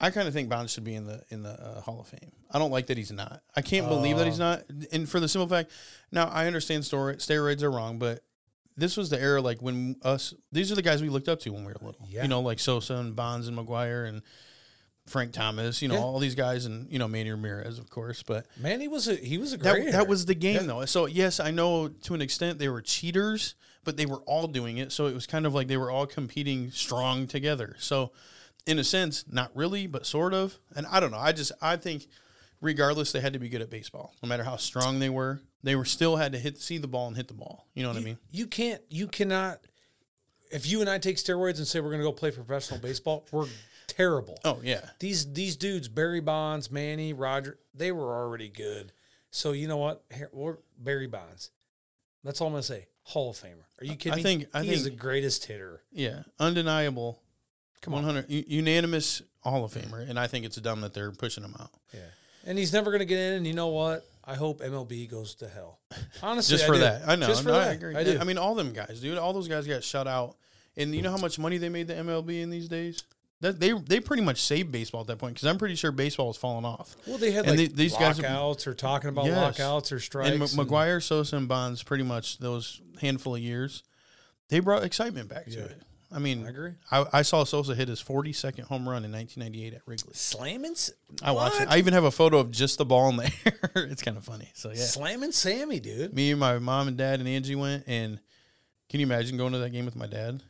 S2: I kind of think Bonds should be in the in the uh, Hall of Fame. I don't like that he's not. I can't believe that he's
S1: Oh.
S2: not. And for the simple fact, now I understand stor- steroids are wrong, but this was the era like when us these are the guys we looked up to when we were little.
S1: Yeah.
S2: You know, like Sosa and Bonds and McGuire and Frank Thomas. You know,
S1: Yeah.
S2: all these guys and you know Manny Ramirez, of course, but.
S1: man, he was a he was a
S2: That,
S1: great. hitter.
S2: that was the game though. So yes, I know to an extent they were cheaters, but they were all doing it. So it was kind of like they were all competing strong together. So in a sense, not really, but sort of. And I don't know. I just I think regardless they had to be good at baseball. No matter how strong they were, they were still had to hit see the ball and hit the ball. You know what I mean?
S1: you can't you cannot if you and I take steroids and say we're gonna go play professional baseball, we're terrible.
S2: Oh yeah.
S1: These these dudes, Barry Bonds, Manny, Roger, they were already good. So you know what? Here, we're Barry Bonds. That's all I'm gonna say. Hall of Famer. Are you kidding
S2: I
S1: me?
S2: think- I
S1: he is the
S2: think-
S1: greatest hitter.
S2: Yeah. Undeniable.
S1: Come on.
S2: 100 u- unanimous Hall of Famer, and I think it's dumb that they're pushing him out.
S1: Yeah. And he's never gonna get in. And you know what? I hope MLB goes to hell. Honestly,
S2: just
S1: I
S2: for
S1: do.
S2: that. I know.
S1: Just for
S2: no,
S1: that.
S2: I agree.
S1: I do.
S2: I mean, all them guys, dude. All those guys got shut out, and you know how much money they made the MLB in these days. That they they pretty much saved baseball at that point because I'm pretty sure baseball was falling off.
S1: well, they had
S2: and
S1: like
S2: the- these guys-
S1: lockouts or talking about
S2: Yes.
S1: lockouts or strikes.
S2: and M-
S1: and-
S2: McGuire, Sosa, and Bonds, pretty much those handful of years, they brought excitement back to
S1: Yeah.
S2: it. I mean,
S1: I agree.
S2: I, I saw Sosa hit his 42nd home run in 1998 at Wrigley.
S1: slamming. s-
S2: I watched it.
S1: What?
S2: I even have a photo of just the ball in the air. it's kind of funny. So yeah,
S1: Slamming Sammy, dude.
S2: me and my mom and dad and Angie went, and can you imagine going to that game with my dad?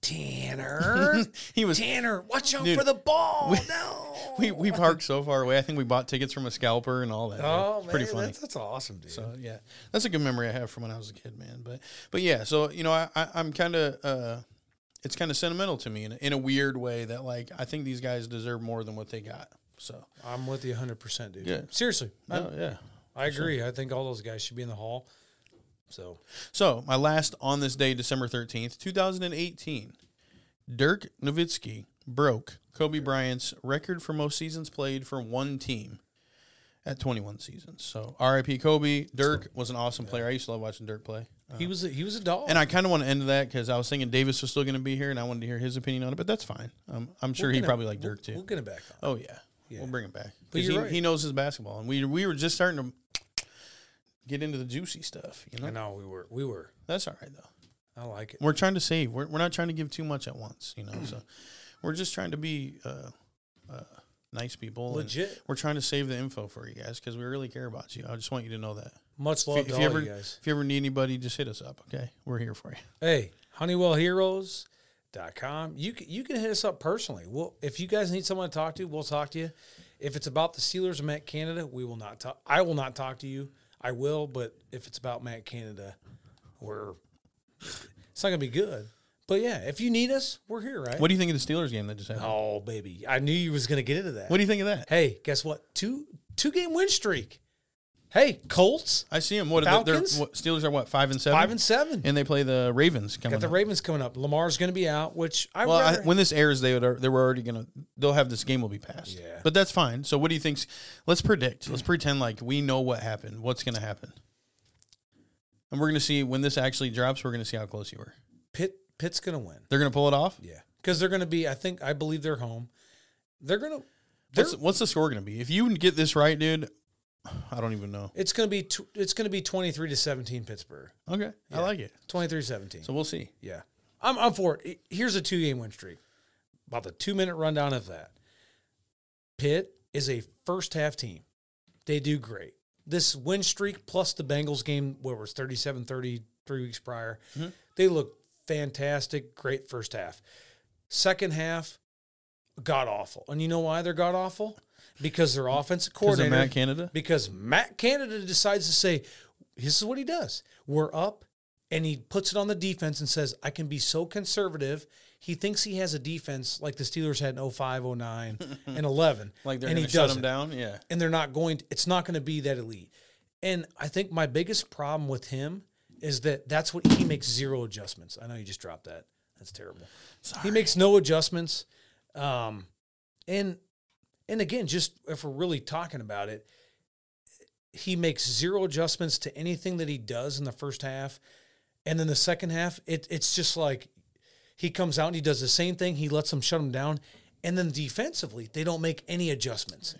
S1: Tanner.
S2: He was
S1: Tanner, watch out
S2: Dude,
S1: for the ball.
S2: we-
S1: no.
S2: we, we parked so far away. I think we bought tickets from a scalper and all that.
S1: oh,
S2: It's
S1: man,
S2: pretty funny.
S1: That's, that's awesome, dude.
S2: so yeah, that's a good memory I have from when I was a kid, man. But but yeah, so you know, I, I I'm kind of uh, it's kind of sentimental to me in, a- in a weird way that like I think these guys deserve more than what they got. So
S1: I'm with you 100%, dude.
S2: Yeah.
S1: Seriously.
S2: no, yeah.
S1: I, I agree. I think all those guys should be in the hall. So,
S2: So my last on this day, December thirteenth, two thousand and eighteen, Dirk Nowitzki broke Kobe Bryant's record for most seasons played for one team at twenty one seasons. So R.I.P. Kobe. Dirk was an awesome player. I used to love watching Dirk play.
S1: he was a, he was a dog.
S2: Uh, And I kind of want to end that because I was thinking Davis was still going to be here, and I wanted to hear his opinion on it. But that's fine. Um, I'm sure he probably liked Dirk too.
S1: We'll get him back on.
S2: Oh yeah. we'll bring him back.
S1: But
S2: 'Cause
S1: you're
S2: he,
S1: right.
S2: he knows his basketball, and we we were just starting to get into the juicy stuff. You
S1: I
S2: know,
S1: know we were. We were.
S2: that's all right though
S1: I like it.
S2: we're trying to save. We're, we're not trying to give too much at once, you know. so we're just trying to be uh, uh, nice people. and
S1: Legit.
S2: We're trying to save the info for you guys because we really care about you. I just want you to know that.
S1: Much love
S2: If,
S1: to
S2: if
S1: all
S2: you ever
S1: you guys.
S2: if you ever need anybody, just hit us up. Okay, we're here for you.
S1: hey honeywellheroes.com you can, you can hit us up personally well if you guys need someone to talk to we'll talk to you if it's about the sealers of matt canada we will not talk i will not talk to you i will but if it's about matt canada we're it's not gonna be good but yeah if you need us we're here right
S2: What do you think of the Steelers game that just happened?
S1: oh baby i knew you was gonna get into that
S2: What do you think of that?
S1: hey guess what two two game win streak hey colts
S2: I see them. What, are they- they're,
S1: Falcons?
S2: what Steelers are? What five and seven?
S1: five and seven
S2: And they play the Ravens coming.
S1: got the
S2: up.
S1: ravens coming up lamar's gonna be out which i,
S2: Well, I,
S1: rather,
S2: when this airs, they would, they were already gonna. They'll have this game will be passed.
S1: Yeah.
S2: but that's fine. So, what do you think? Let's predict. Let's pretend like we know what happened. What's gonna happen? And we're gonna see when this actually drops. We're gonna see how close you were.
S1: pitt pitt's gonna win
S2: They're gonna pull it off.
S1: Yeah, because they're going to be. I think I believe they're home. They're going to. They're
S2: What's, what's the score gonna be? If you can get this right, dude, I don't even know.
S1: It's going to be tw- it's going to be 23 to 17 Pittsburgh.
S2: Okay, I like it.
S1: 23 17.
S2: So we'll see.
S1: Yeah. I'm, I'm for it. Here's a two game win streak. About the two minute rundown of that. Pitt is a first half team. They do great. This win streak plus the Bengals game, where it was 37 30 three weeks prior, they look fantastic. Great first half. Second half, god awful. And you know why they're god awful? Because their offensive
S2: Because
S1: coordinator
S2: of Matt Canada.
S1: because Matt Canada decides to say, this is what he does. We're up, and he puts it on the defense and says, I can be so conservative. He thinks he has a defense like the Steelers had in 05, 09, and 11.
S2: Like they're
S1: and he
S2: going to shut
S1: doesn't.
S2: him down. Yeah.
S1: And they're not going, it's not going to be that elite. And I think my biggest problem with him is that that's what he makes zero adjustments. I know you just dropped that. That's terrible. He makes no adjustments. Um, and and again, just if we're really talking about it, he makes zero adjustments to anything that he does in the first half. And then the second half, it, it's just like he comes out and he does the same thing. He lets them shut him down. And then defensively, they don't make any adjustments.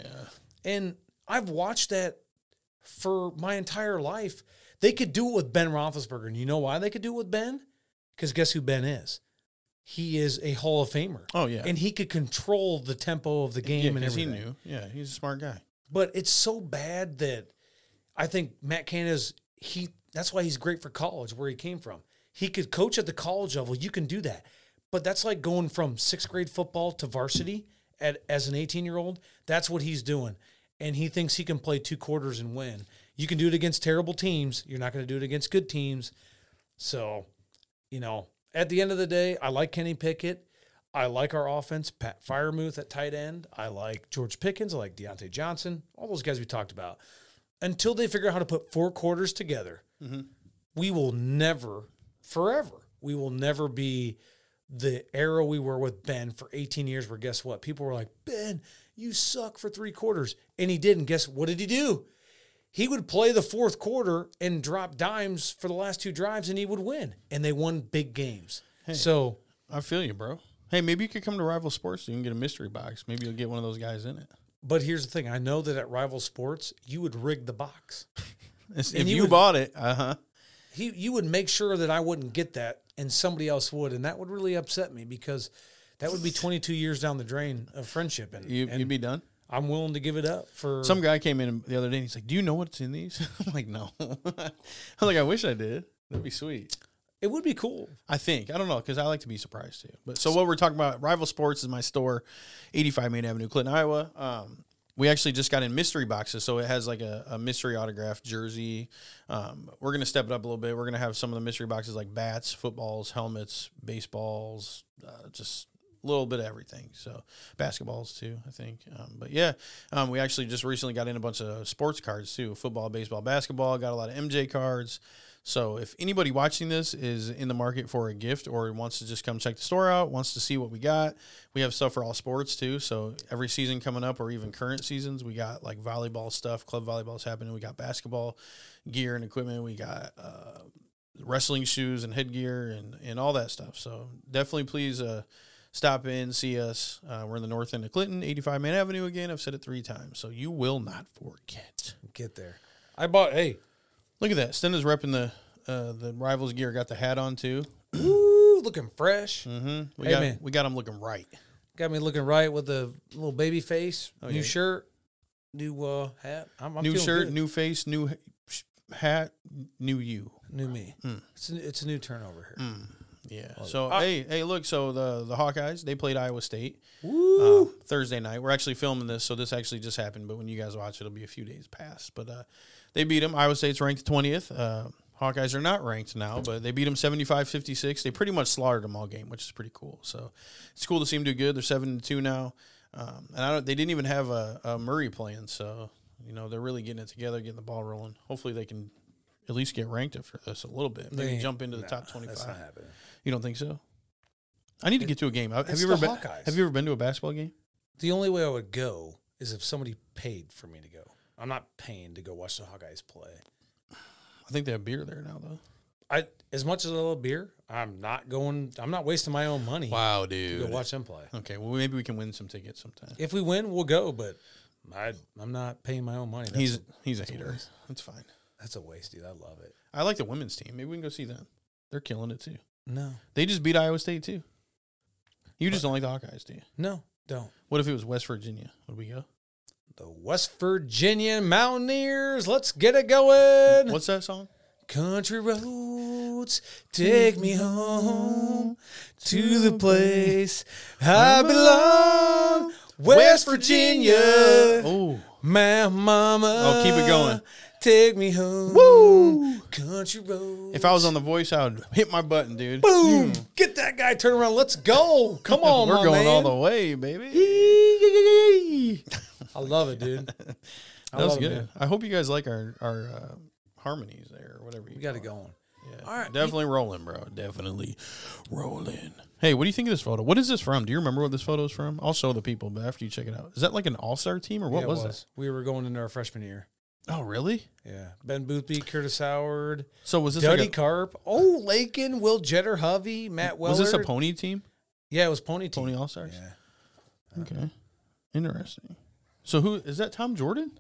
S1: And I've watched that for my entire life. They could do it with Ben Roethlisberger. And you know why they could do it with Ben? Because guess who Ben is? He is a Hall of Famer.
S2: Oh, yeah.
S1: And he could control the tempo of the game
S2: Yeah,
S1: and
S2: because he
S1: everything.
S2: knew. Yeah, he's a smart guy.
S1: But it's so bad that I think Matt Canada's he that's why he's great for college where he came from. He could coach at the college level. You can do that. But that's like going from sixth grade football to varsity at, as an 18 year old. That's what he's doing. And he thinks he can play two quarters and win. You can do it against terrible teams. You're not going to do it against good teams. So, you know, at the end of the day, I like Kenny Pickett. I like our offense. Pat Firemuth at tight end. I like George Pickens. I like Deontay Johnson. All those guys we talked about. Until they figure out how to put four quarters together, we will never, forever, we will never be the era we were with Ben for 18 years. Where guess what? People were like, Ben, you suck for three quarters, and he didn't. Guess what did he do? he would play the fourth quarter and drop dimes for the last two drives and he would win and they won big games so
S2: I feel you, bro. Hey, maybe you could come to Rival Sports. So you can get a mystery box. Maybe you'll get one of those guys in it.
S1: but here's the thing i know that at rival sports you would rig the box
S2: if
S1: you
S2: you,
S1: would-
S2: bought it, uh huh.
S1: he you would make sure that i wouldn't get that and somebody else would and that would really upset me because that would be 22 years down the drain of friendship and,
S2: You,
S1: and
S2: you'd be done.
S1: i'm willing to give it up for
S2: Some guy came in the other day and he's like, "Do you know what's in these?" I'm like, "No." I was like, "I wish I did. That'd be sweet."
S1: it would be cool
S2: I think I don't know because I like to be surprised too. But so what we're talking about, Rival Sports is my store, 85 Main Avenue, Clinton, Iowa. Um, we actually just got in mystery boxes, so it has like a, a mystery autograph jersey. Um, we're gonna step it up a little bit. We're gonna have some of the mystery boxes like bats, footballs, helmets, baseballs, uh, just a little bit of everything. So basketballs too, I think. Um, but yeah, um, we actually just recently got in a bunch of sports cards too: football, baseball, basketball. Got a lot of MJ cards. So if anybody watching this is in the market for a gift or wants to just come check the store out, wants to see what we got, we have stuff for all sports too. So every season coming up or even current seasons, we got like volleyball stuff, club volleyball's happening. We got basketball gear and equipment. We got uh, wrestling shoes and headgear and, and all that stuff. So definitely please uh, stop in, see us. Uh, we're in the north end of Clinton, 85 Man Avenue again. I've said it three times. So you will not forget.
S1: get there i bought hey
S2: Look at that. Stenda's repping the uh, the rivals gear. Got the hat on too. Mm-hmm.
S1: woo, looking fresh
S2: We
S1: Hey,
S2: got
S1: man.
S2: we got him looking right.
S1: Got me looking right with the little baby face, new
S2: yeah.
S1: shirt, new uh, hat. I'm, I'm
S2: new
S1: feeling
S2: shirt,
S1: good.
S2: new face, new h- sh- hat, new you.
S1: new me.
S2: Hmm.
S1: It's a, it's a new turnover here.
S2: Yeah. So hey, hey, look. So the the Hawkeyes they played Iowa State uh,
S1: Woo!
S2: Thursday night. We're actually filming this, so this actually just happened. But when you guys watch, it, it'll be a few days past. But uh, they beat them. Iowa State's ranked twentieth. Uh, Hawkeyes are not ranked now, but they beat them 75-56. They pretty much slaughtered them all game, which is pretty cool. So it's cool to see them do good. They're seven and two now, um, and I don't. They didn't even have a, a Murray playing, so you know they're really getting it together, getting the ball rolling. Hopefully they can at least get ranked after this a little bit. Maybe
S1: ain't-
S2: jump into the
S1: Nah,
S2: top twenty
S1: That's not
S2: five.
S1: happening.
S2: You don't think so? I need to get to a game. Have
S1: it's
S2: you ever
S1: the
S2: been?
S1: Hawkeyes.
S2: Have you ever been to a basketball game?
S1: The only way I would go is if somebody paid for me to go. I'm not paying to go watch the Hawkeyes play.
S2: I think they have beer there now, though.
S1: I as much as I love beer, I'm not going. I'm not wasting my own money
S2: Wow,
S1: to go
S2: dude.
S1: watch them play.
S2: Okay, well maybe we can win some tickets sometime.
S1: If we win, we'll go. But I, I'm not paying my own money. That's,
S2: he's he's a hater. That's fine.
S1: that's a waste, dude. I love it.
S2: I like the women's team. Maybe we can go see them. They're killing it too.
S1: No,
S2: They just beat Iowa State too. You just don't like the Hawkeyes, do you?
S1: no, don't.
S2: What if it was West Virginia? Would we go?
S1: The West Virginia Mountaineers. Let's get it going.
S2: What's that song?
S1: Country roads take me home to the place I belong. West Virginia,
S2: Oh,
S1: my mama.
S2: Oh, keep it going.
S1: Take me home.
S2: Woo!
S1: Country roads.
S2: if I was on The Voice, I would hit my button, dude.
S1: boom, get that guy. Turn around. Let's go. Come on,
S2: We're
S1: my
S2: going
S1: man.
S2: all the way, baby.
S1: I love it, dude. I
S2: That was
S1: love it,
S2: good.
S1: man.
S2: I hope you guys like our our uh, harmonies there, or whatever. You
S1: We got it
S2: call
S1: going.
S2: it. Yeah.
S1: All right.
S2: definitely rolling, bro. Definitely rolling. Hey, what do you think of this photo? What is this from? Do you remember what this photo is from? I'll show the people, but after you check it out, is that like an all star team or what
S1: Yeah, it
S2: was,
S1: We were going into our freshman year.
S2: that? Oh, really?
S1: Yeah. Ben Boothby, Curtis Howard,
S2: So was this
S1: Duddy
S2: like a,
S1: Carp. Oh, Lakin, Will Jetter, Hovey, Matt Weller.
S2: was this a pony team?
S1: Yeah, it was Pony Team.
S2: Pony All Stars.
S1: Yeah.
S2: Okay, interesting. So who is that? Tom Jordan?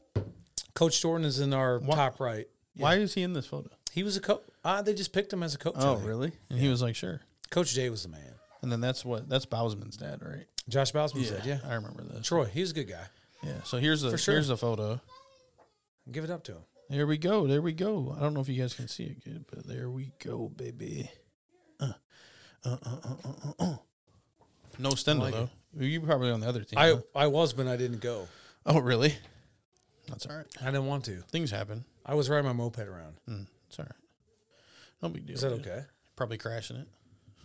S1: Coach Jordan is in our top right.
S2: Why is he in this photo?
S1: He was a coach. Uh, they just picked him as a coach. I think.
S2: Oh, really? And he was like, sure.
S1: Coach J was the man.
S2: And then that's what that's Bowsman's dad, right?
S1: Josh Bowsman said, yeah.
S2: I remember this.
S1: Troy, he was a good guy.
S2: Yeah. So here's the
S1: For sure.
S2: here's the photo.
S1: Give it up to him.
S2: There we go. There we go. I don't know if you guys can see it good, but there we go, baby. Uh, uh, uh, uh, uh, uh, uh. No Stendhal,
S1: like
S2: though. You were probably on the other team. huh?
S1: I, I was, but I didn't go.
S2: Oh, really? That's all right.
S1: I didn't want to.
S2: Things happen.
S1: I was riding my moped around.
S2: Mm, it's all right. No big deal.
S1: Is that
S2: dude.
S1: okay?
S2: Probably crashing it.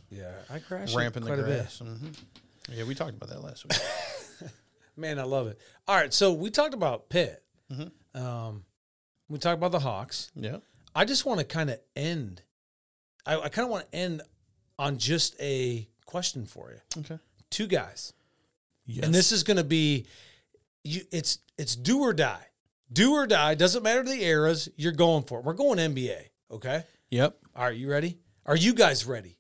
S1: Yeah, I crashed
S2: ramping
S1: quite
S2: the
S1: a bit.
S2: grass. hmm Yeah, we talked about that last week.
S1: Man, I love it. All right, so we talked about Pitt.
S2: Mm-hmm.
S1: Um, we talked about the Hawks.
S2: yeah.
S1: I just want to kind of end. I, I kind of want to end on just a question for you.
S2: Okay.
S1: Two guys,
S2: Yes.
S1: and this is going to be, you. It's it's do or die, do or die. Doesn't matter the eras you're going for. It. We're going NBA. Okay.
S2: Yep.
S1: All right, you ready? Are you guys ready?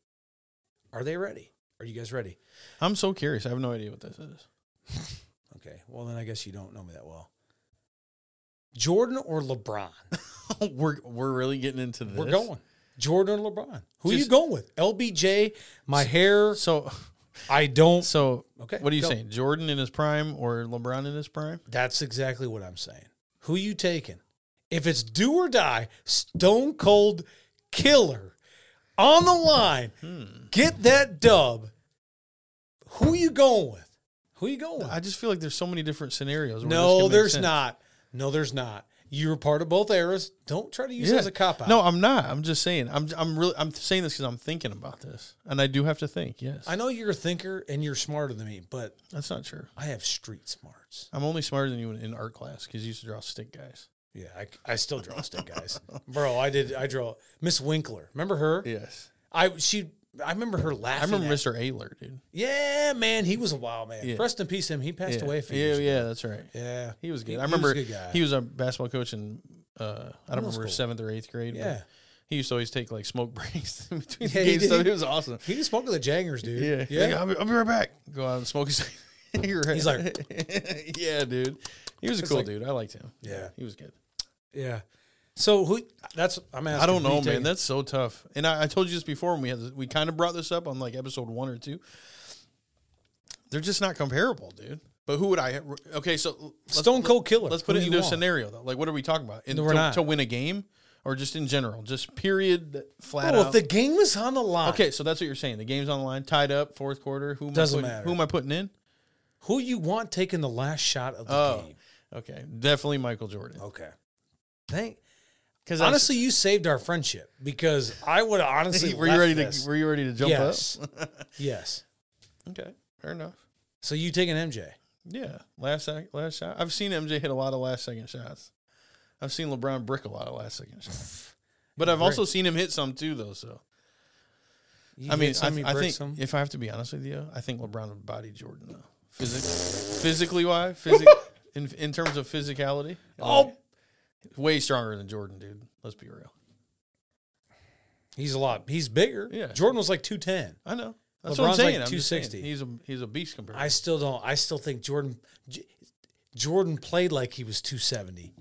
S1: Are they ready? Are you guys ready?
S2: I'm so curious. I have no idea what this is.
S1: Okay. Well, then I guess you don't know me that well. Jordan or LeBron?
S2: we're we're really getting into this.
S1: We're going. Jordan or LeBron? Who are you
S2: Just-
S1: going with? LBJ, my hair.
S2: So
S1: I don't.
S2: so
S1: Okay,
S2: What are you
S1: go.
S2: saying? Jordan in his prime or LeBron in his prime?
S1: That's exactly what I'm saying. Who you taking? If it's do or die, stone cold killer on the line,
S2: Hmm.
S1: get that dub. Who you going with? Who you going with?
S2: I just feel like there's so many different scenarios. where this
S1: no,
S2: could make
S1: there's
S2: sense.
S1: not. No, there's not. You were part of both eras. Don't try to use it
S2: Yeah.
S1: as a cop out.
S2: No, I'm not. I'm just saying. I'm I'm really I'm saying this because I'm thinking about this, and I do have to think. Yes,
S1: I know you're a thinker and you're smarter than me, but
S2: that's not true.
S1: I have street smarts.
S2: I'm only smarter than you in, in art class because you used to draw stick guys.
S1: Yeah, I, I still draw stick guys, bro. I did. I draw Miss Winkler. Remember her?
S2: Yes,
S1: I she. I remember her laughing.
S2: I remember
S1: at
S2: Mr. Ayler, dude.
S1: Yeah, man, he was a wild man.
S2: Yeah.
S1: Rest in peace, him. He passed
S2: yeah.
S1: away. A few
S2: yeah,
S1: years ago.
S2: yeah, that's right.
S1: yeah.
S2: He was good.
S1: He-
S2: I
S1: he was
S2: remember
S1: a good guy.
S2: he was a basketball coach in uh, I don't
S1: Middle
S2: remember
S1: school.
S2: seventh or eighth grade.
S1: Yeah.
S2: but he used to always take like smoke breaks in between
S1: Yeah,
S2: the
S1: he
S2: games.
S1: did.
S2: So it was awesome.
S1: He just smoked with the jangers, dude.
S2: Yeah, yeah. I'll, be, I'll be right back. Go out and smoke his. You're right.
S1: He's
S2: yeah, dude. He was a cool
S1: like-
S2: dude. I liked him.
S1: Yeah.
S2: he was good.
S1: Yeah. So who? That's I'm asking.
S2: I don't
S1: who you
S2: know, man.
S1: taking?
S2: That's so tough. And I, I told you this before when we had this, we kind of brought this up on like episode one or two. They're just not comparable, dude. But who would I? Okay, so let's-
S1: Stone Cold Killer.
S2: Let's put
S1: Who
S2: it
S1: you
S2: into a
S1: want?
S2: scenario though. Like, what are we talking about? In,
S1: No, we're
S2: to,
S1: not.
S2: to win a game, or just in general, just period that flat
S1: Bro,
S2: out.
S1: if the game was on the line,
S2: okay, so that's what you're saying. The game's on the line, tied up, fourth quarter. Who am
S1: Doesn't
S2: I putting,
S1: matter.
S2: Who am I putting in?
S1: who you want taking the last shot of the
S2: Oh,
S1: game?
S2: okay, definitely Michael Jordan.
S1: Okay. Thank.
S2: Because
S1: Honestly, you saved our friendship because I would have honestly.
S2: were you
S1: left
S2: ready
S1: this.
S2: to were you ready to jump
S1: yes.
S2: up?
S1: yes.
S2: Okay, fair enough.
S1: So you taking MJ?
S2: Yeah, last sec- last shot. I've seen MJ hit a lot of last second shots. I've seen LeBron brick a lot of last second shots. But I've also seen him hit some too, though. So
S1: You
S2: I mean,
S1: hit
S2: I,
S1: some, you
S2: I
S1: brick
S2: think
S1: some.
S2: if I have to be honest with you, I think LeBron would body Jordan though. Physic- physically wise, physic- in in terms of physicality,
S1: Oh.
S2: like, way stronger than Jordan, dude. Let's be real.
S1: he's a lot. He's bigger.
S2: Yeah.
S1: Jordan was like two ten.
S2: I know. That's
S1: LeBron's
S2: what I'm
S1: like
S2: saying. I'm just saying.
S1: 260.
S2: He's a he's a beast compared.
S1: I still don't. I still think Jordan. J- Jordan played like he was 270.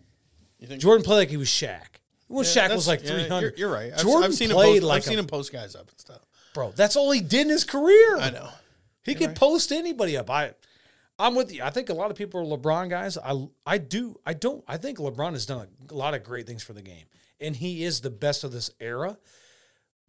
S2: You think-
S1: Jordan played like he was Shaq. When
S2: Yeah,
S1: Shaq was
S2: that's-
S1: like
S2: yeah,
S1: 300.
S2: You're, you're right. I've,
S1: Jordan
S2: I've seen him
S1: played
S2: post,
S1: like
S2: I've seen
S1: a-
S2: him post guys up and stuff.
S1: bro. That's all he did in his career.
S2: I know.
S1: He could post anybody up. I, I'm with you. I think a lot of people are LeBron guys. I, I do. I don't. I think LeBron has done a lot of great things for the game, and he is the best of this era.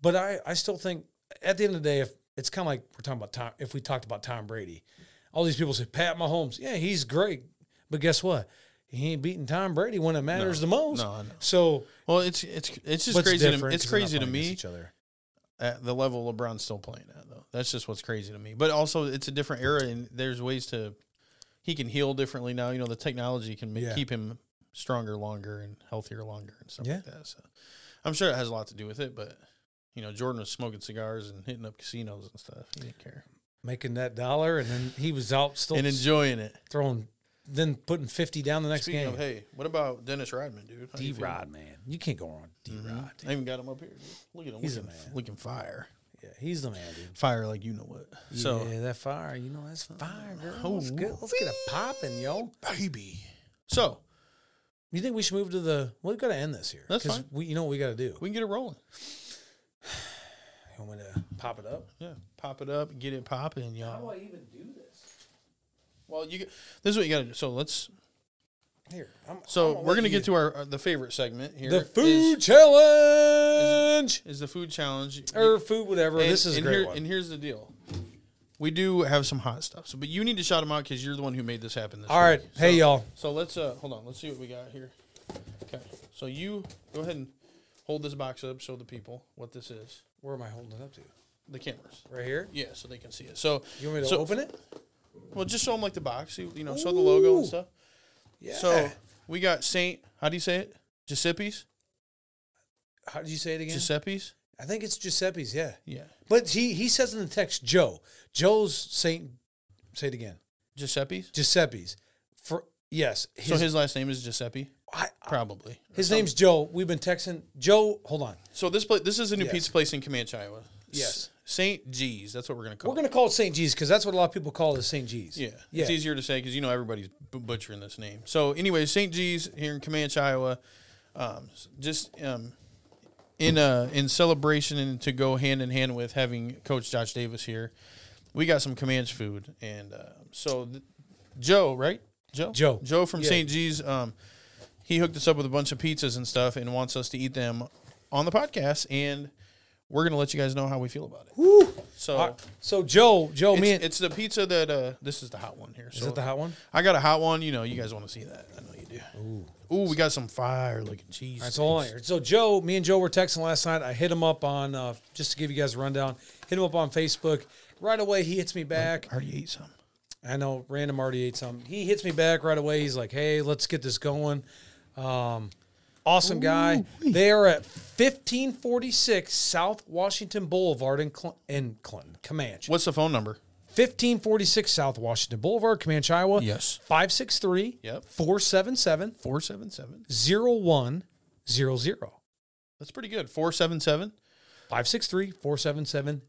S1: But I, I still think at the end of the day, if it's kind of like we're talking about Tom, if we talked about Tom Brady, all these people say Pat Mahomes, yeah, he's great, but guess what? He ain't beating Tom Brady when it matters the most.
S2: no, I know.
S1: So
S2: Well, it's it's it's just
S1: what's
S2: crazy. To,
S1: different
S2: it's
S1: 'cause they're not
S2: crazy to
S1: playing against
S2: me
S1: Each other.
S2: at the level LeBron's still playing at though. That's just what's crazy to me. But also, it's a different era, and there's ways to he can heal differently now. You know, the technology can ma-
S1: Yeah.
S2: keep him stronger, longer, and healthier, longer, and stuff
S1: Yeah.
S2: like that. So, I'm sure it has a lot to do with it. But you know, Jordan was smoking cigars and hitting up casinos and stuff. He didn't care
S1: making that dollar, and then he was out still
S2: and enjoying it.
S1: throwing, then putting fifty down the next
S2: Speaking
S1: game.
S2: of, hey, what about Dennis Rodman, dude? How
S1: D
S2: you feeling? Mm-hmm.
S1: Rod, man, you can't go wrong. D Rod,
S2: I even got him up here. dude. Look at him.
S1: He's
S2: looking,
S1: a man.
S2: looking fire.
S1: yeah, he's the man, dude.
S2: Fire like you know what. So oh,
S1: yeah, that fire, you know, that's fire, girl. Let's get, let's get a popping, yo.
S2: baby. So
S1: You think we should move to the? We've got to end this here.
S2: That's
S1: 'cause
S2: fine.
S1: We, you know what we got to do?
S2: we can get it rolling.
S1: You want me to pop it up?
S2: Yeah, pop it up, get it popping, y'all.
S1: I even do this?
S2: Well, you. This is what you got to do. So let's.
S1: Here, I'm,
S2: So we're gonna get to our uh, the favorite segment here.
S1: the
S2: is-
S1: food challenge
S2: is, the food challenge.
S1: or food, whatever.
S2: And-
S1: Oh, this is a
S2: and
S1: great
S2: here-
S1: one.
S2: And here's the deal. We do have some hot stuff, so but you need to shout them out because you're the one who made this happen. This
S1: All right,
S2: week. So-
S1: hey y'all.
S2: So let's uh hold on. Let's see what we got here. Okay. So you go ahead and hold this box up, show the people what this is.
S1: Where am I holding it up to?
S2: The cameras.
S1: Right here.
S2: Yeah, so they can see it. So
S1: You want me to
S2: so-
S1: open it?
S2: Well, just show them like the box. You, you know, show the logo and
S1: Ooh.
S2: stuff.
S1: Yeah.
S2: So we got Saint. How do you say it? Giuseppe's.
S1: how did you say it again?
S2: Giuseppe's.
S1: I think it's Giuseppe's. Yeah.
S2: Yeah.
S1: But he he says in the text Joe. Joe's Saint. Say it again.
S2: Giuseppe's.
S1: Giuseppe's. For yes, his,
S2: so his last name is Giuseppe,
S1: I,
S2: probably.
S1: his name's Joe. We've been texting Joe. Hold on.
S2: So this place, this is a new
S1: Yes.
S2: pizza place in Comanche, Iowa.
S1: Yes.
S2: Saint G's. That's what we're gonna call.
S1: We're gonna call it Saint G's because that's what a lot of people call it is Saint G's.
S2: Yeah,
S1: yeah.
S2: it's easier to say because you know everybody's b- butchering this name. So, anyway, St. G's here in Comanche, Iowa, um, s- just um, in uh, in celebration and to go hand in hand with having Coach Josh Davis here, we got some Comanche food, and uh, so th- Joe, right? Joe,
S1: Joe.
S2: Joe from
S1: Yeah.
S2: St. G's, um, he hooked us up with a bunch of pizzas and stuff, and wants us to eat them on the podcast, and we're gonna let you guys know how we feel about it.
S1: Woo.
S2: So.
S1: All right. So Joe, Joe,
S2: It's,
S1: me and
S2: it's the pizza that uh, this is the hot one here.
S1: is that the hot one?
S2: I got a hot one. You know, you guys want to see that. I know you do. Ooh, we got some fire looking cheese.
S1: All right, so hold on here. So Joe, me and Joe were texting last night. I hit him up on uh, just to give you guys a rundown. Hit him up on Facebook. Right away, he hits me back.
S2: I already ate some.
S1: I know random already ate some. He hits me back right away. He's like, "Hey, let's get this going." Um, awesome guy. They are at fifteen forty six South Washington Boulevard in Cl- in Clinton, Comanche.
S2: What's the phone number?
S1: Fifteen forty six South Washington Boulevard, Comanche, Iowa.
S2: Yes.
S1: Five six three.
S2: Yep.
S1: Four seven seven
S2: 477.
S1: zero one zero zero.
S2: That's pretty good. 477.
S1: 563 477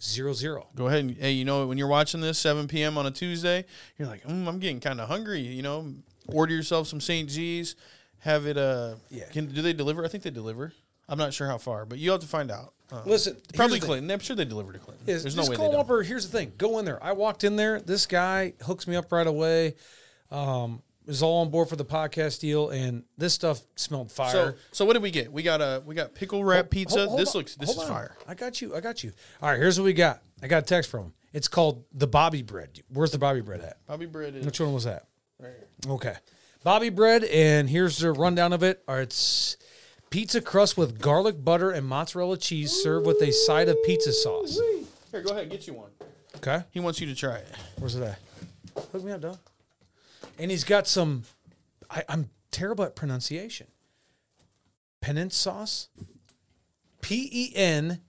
S1: 0100.
S2: Go ahead and, hey, you know, when you're watching this, 7 p.m. on a Tuesday, you're like, mm, I'm getting kind of hungry. You know, order yourself some St. G's. Have it, uh,
S1: Yeah.
S2: Can, do they deliver? I think they deliver. I'm not sure how far, but you have to find out. Uh,
S1: Listen,
S2: probably
S1: here's the thing.
S2: Clinton. I'm sure they deliver to Clinton.
S1: is
S2: There's no
S1: just
S2: way they
S1: call
S2: don't.
S1: up or here's the thing go in there i walked in there this guy hooks me up right away um is all on board for the podcast deal and this stuff smelled fire
S2: So, so what did we get? We got a we got pickle wrap pizza.
S1: Hold- hold
S2: this
S1: on,
S2: looks this
S1: hold
S2: is
S1: on.
S2: fire.
S1: i got you i got you all right here's what we got i got a text from him it's called the bobby bread where's the bobby bread at
S2: Bobby bread is
S1: which one was that
S2: right here.
S1: Okay. Bobby bread, and here's the rundown of it. All right, it's pizza crust with garlic butter and mozzarella cheese served with a side of pizza sauce.
S2: Here, go ahead, get you one.
S1: Okay.
S2: He wants you to try it.
S1: Where's it at? Hook me up, dog. And he's got some, I, I'm terrible at pronunciation. Penance sauce? P E N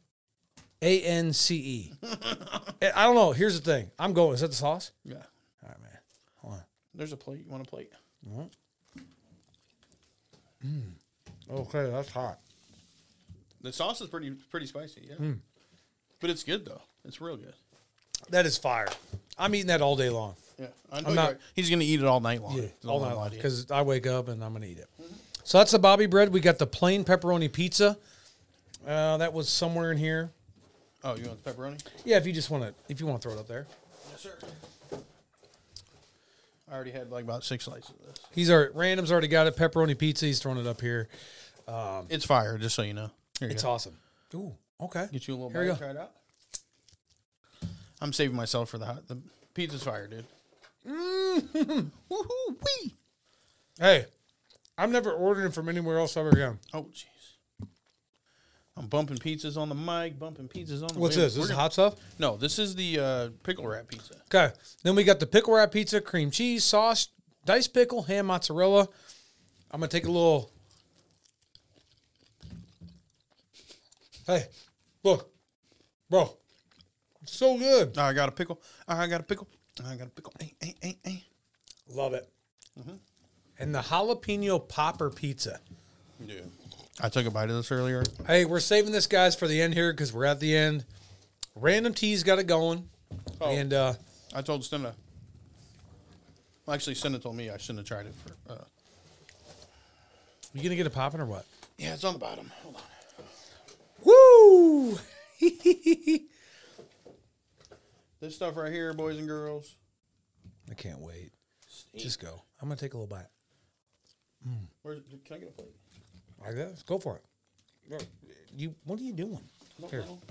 S1: A N C E. I don't know. Here's the thing. I'm going. Is that the sauce?
S2: Yeah.
S1: All right, man. Hold on.
S2: There's a plate. You want a plate?
S1: Okay, that's hot.
S2: The sauce is pretty pretty spicy,
S1: Hmm.
S2: yeah. But it's good though. It's real good.
S1: That is fire. I'm eating that all day long.
S2: Yeah,
S1: I'm not-
S2: He's gonna eat it all night long.
S1: Yeah,
S2: It's
S1: all
S2: my
S1: night long
S2: idea.
S1: because I wake up and I'm gonna eat it. So that's the Bobby bread. We got the plain pepperoni pizza. Uh, that was somewhere in here.
S2: Oh, you want the pepperoni?
S1: Yeah, if you just want to, if you want to throw it up there.
S2: Yes, sir. I already had like about six slices of this.
S1: He's our random's already got it. Pepperoni pizza. He's throwing it up here.
S2: It's fire, just so you know. Here
S1: Um,
S2: you
S1: It's
S2: go.
S1: awesome. Ooh, okay.
S2: Get you a little
S1: Here we
S2: bite,
S1: go.
S2: try it out. I'm saving myself for the hot. The pizza's fire, dude.
S3: Woohoo! Wee!
S1: Hey, I'm never ordering from anywhere else ever again.
S2: Oh, jeez. I'm bumping pizzas on the mic, bumping pizzas on the.
S1: What's
S2: we-
S1: this?
S2: we're
S1: This is
S2: gonna-
S1: hot stuff.
S2: No, this is the uh, pickle wrap pizza.
S1: Okay. Then we got the pickle wrap pizza, cream cheese, sauce, diced pickle, ham, mozzarella. I'm gonna take a little. Hey, look, bro, it's so good.
S2: I got a pickle. I got a pickle. I got a pickle. Ay, ay, ay, ay.
S1: Love it. And the jalapeno popper pizza.
S2: Dude, I took a bite of this earlier.
S1: Hey, we're saving this guys for the end here because we're at the end. Random T's got it going,
S2: Oh.
S1: and uh,
S2: I told Stina. Well, actually, Stina told me I shouldn't have tried it. For, uh,
S1: you gonna get it popping or what?
S2: yeah, it's on the bottom. Hold on.
S1: Woo!
S2: This stuff right here, boys and girls.
S1: I can't wait. Just go. I'm gonna take a little bite.
S2: Where's, can I get a plate?
S1: I guess. Go for it. You. What are you doing?
S2: No,
S1: Here.
S2: no.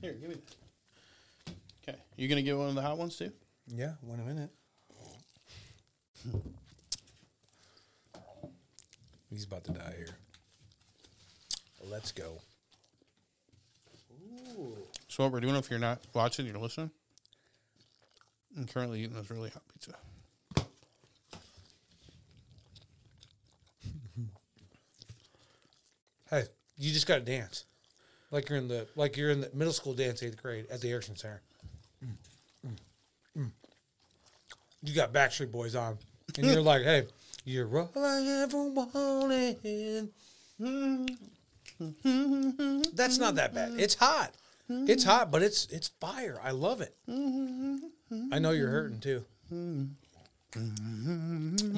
S2: Here, give me that. Okay. You going to get one of the hot ones too?
S1: Yeah. Wait a minute. He's about to die here. Let's go.
S2: So, what we're doing, if you're not watching, you're listening, I'm currently eating this really hot pizza.
S1: Hey, you just got to dance, like you're in the like you're in the middle school dance eighth grade at the Erickson Center. Mm, mm, mm. You got Backstreet Boys on, and you're like, "Hey, you're all I ever wanted." That's not that bad. It's hot. It's hot, but it's it's fire. I love it. I know you're hurting too. You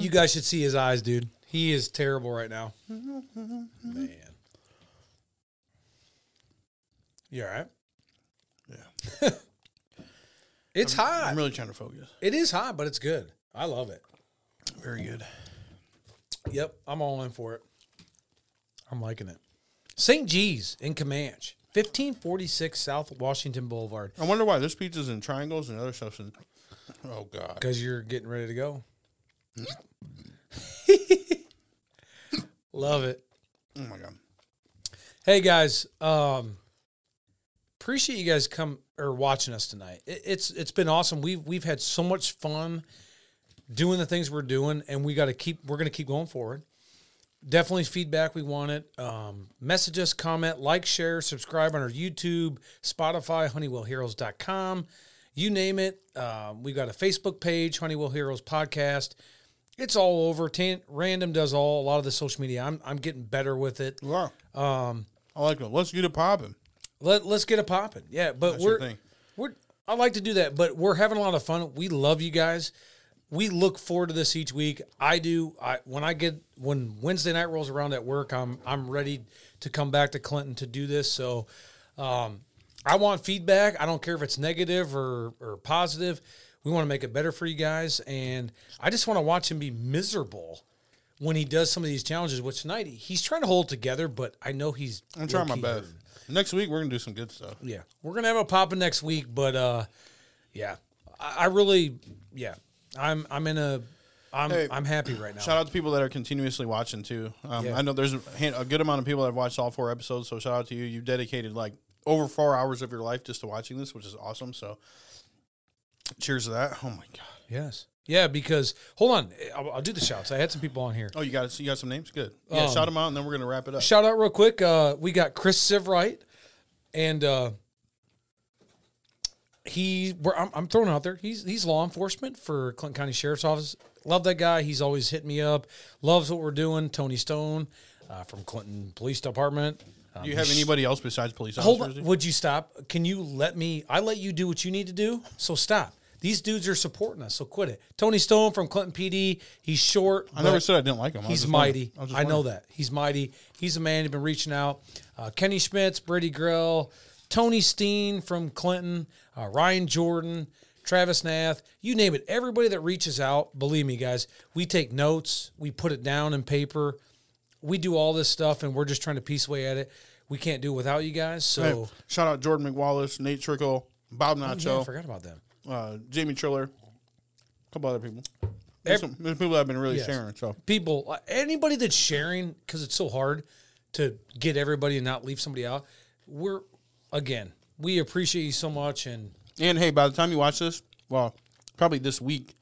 S1: guys should see his eyes, dude. He is terrible right now. Man. You all right?
S2: Yeah.
S1: It's hot.
S2: I'm really trying to focus.
S1: it is hot, but it's good. I love it.
S2: Very good.
S1: Yep, I'm all in for it. I'm liking it. St. G's in Comanche, 1546 South Washington Boulevard.
S2: I wonder why this pizza's in triangles and other stuff's in. Oh, God.
S1: Because you're getting ready to go. love it.
S2: Oh, my God.
S1: Hey guys, um appreciate you guys come or watching us tonight. It, it's it's been awesome. We've we've had so much fun doing the things we're doing and we got to keep we're going to keep going forward. Definitely feedback we want it. Um, message us, comment, like, share, subscribe on our YouTube, Spotify, honeywellheroes.com. You name it. Um, we've got a Facebook page, Honeywell Heroes Podcast. It's all over. Tan- Random does all a lot of the social media. I'm, I'm getting better with it.
S2: Wow. Um, I like it. Let's get it popping.
S1: Let Let's get it popping. Yeah, but
S2: That's
S1: we're
S2: your thing.
S1: we're I like to do that, but we're having a lot of fun. We love you guys. We look forward to this each week. I do. I when I get when Wednesday night rolls around at work, I'm I'm ready to come back to Clinton to do this. So, um, I want feedback. I don't care if it's negative or or positive. We want to make it better for you guys, and I just want to watch him be miserable when he does some of these challenges. Which tonight he's trying to hold together, but I know he's
S2: I'm trying my
S1: low-key
S2: best.
S1: hurting.
S2: Next week, we're going to do some good stuff.
S1: Yeah, we're gonna have a poppin' next week, but uh, yeah, I, I really, yeah, I'm I'm in a, I'm
S2: Hey,
S1: I'm happy right now.
S2: Shout out to people that are continuously watching too. Um,
S1: Yeah.
S2: I know there's a, hand, a good amount of people that have watched all four episodes, so shout out to you. You've dedicated like over four hours of your life just to watching this, which is awesome. So, cheers to that. Oh my god.
S1: Yes, yeah, because hold on, I'll, I'll do the shouts. I had some people on here.
S2: Oh, you got you got some names. Good. Yeah, shout them out, and then we're gonna wrap it up.
S1: Um, Shout out real quick. Uh, we got Chris Sivright, and uh, he. We're, I'm, I'm throwing out there. He's he's law enforcement for Clinton County Sheriff's Office. Love that guy. He's always hitting me up. Loves what we're doing. Tony Stone uh, from Clinton Police Department. Um,
S2: Do you have anybody else besides police
S1: Hold
S2: officers?
S1: on. Would you stop? Can you let me? I let you do what you need to do. So stop. These dudes are supporting us, so quit it. Tony Stone from Clinton PD, he's short.
S2: I never
S1: but
S2: said I didn't like him. I was
S1: He's
S2: just
S1: mighty.
S2: wondering. was just
S1: I know
S2: wondering.
S1: that. He's mighty. He's a man who's been reaching out. Uh, Kenny Schmitz, Brady Grell, Tony Steen from Clinton, uh, Ryan Jordan, Travis Nath, you name it. Everybody that reaches out, believe me, guys, we take notes, we put it down in paper. We do all this stuff, and we're just trying to piece away at it. We can't do it without you guys. So,
S2: Hey, shout out Jordan McWallace, Nate Trickle, Bob
S1: Man, I
S2: Nacho,
S1: forgot about them.
S2: uh, Jamie Triller, a couple other people.
S1: Ev-
S2: There's, some, there's people that have been really
S1: Yes.
S2: sharing. So
S1: people, anybody that's sharing, because it's so hard to get everybody and not leave somebody out. We're again, we appreciate you so much, and
S2: And hey, by the time you watch this, well, probably this week,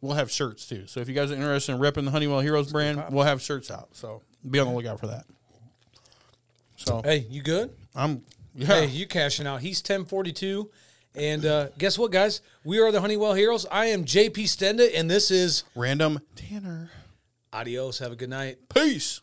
S2: we'll have shirts too. So if you guys are interested in repping the Honeywell Heroes brand, we'll have shirts out. So be on the lookout for that. So
S1: hey, you good?
S2: I'm yeah.
S1: Hey, you cashing out? He's ten forty two, and uh, guess what, guys? We are the Honeywell Heroes. I am JP Stenda, and this is
S2: Random Tanner.
S1: adios. Have a good night.
S2: Peace.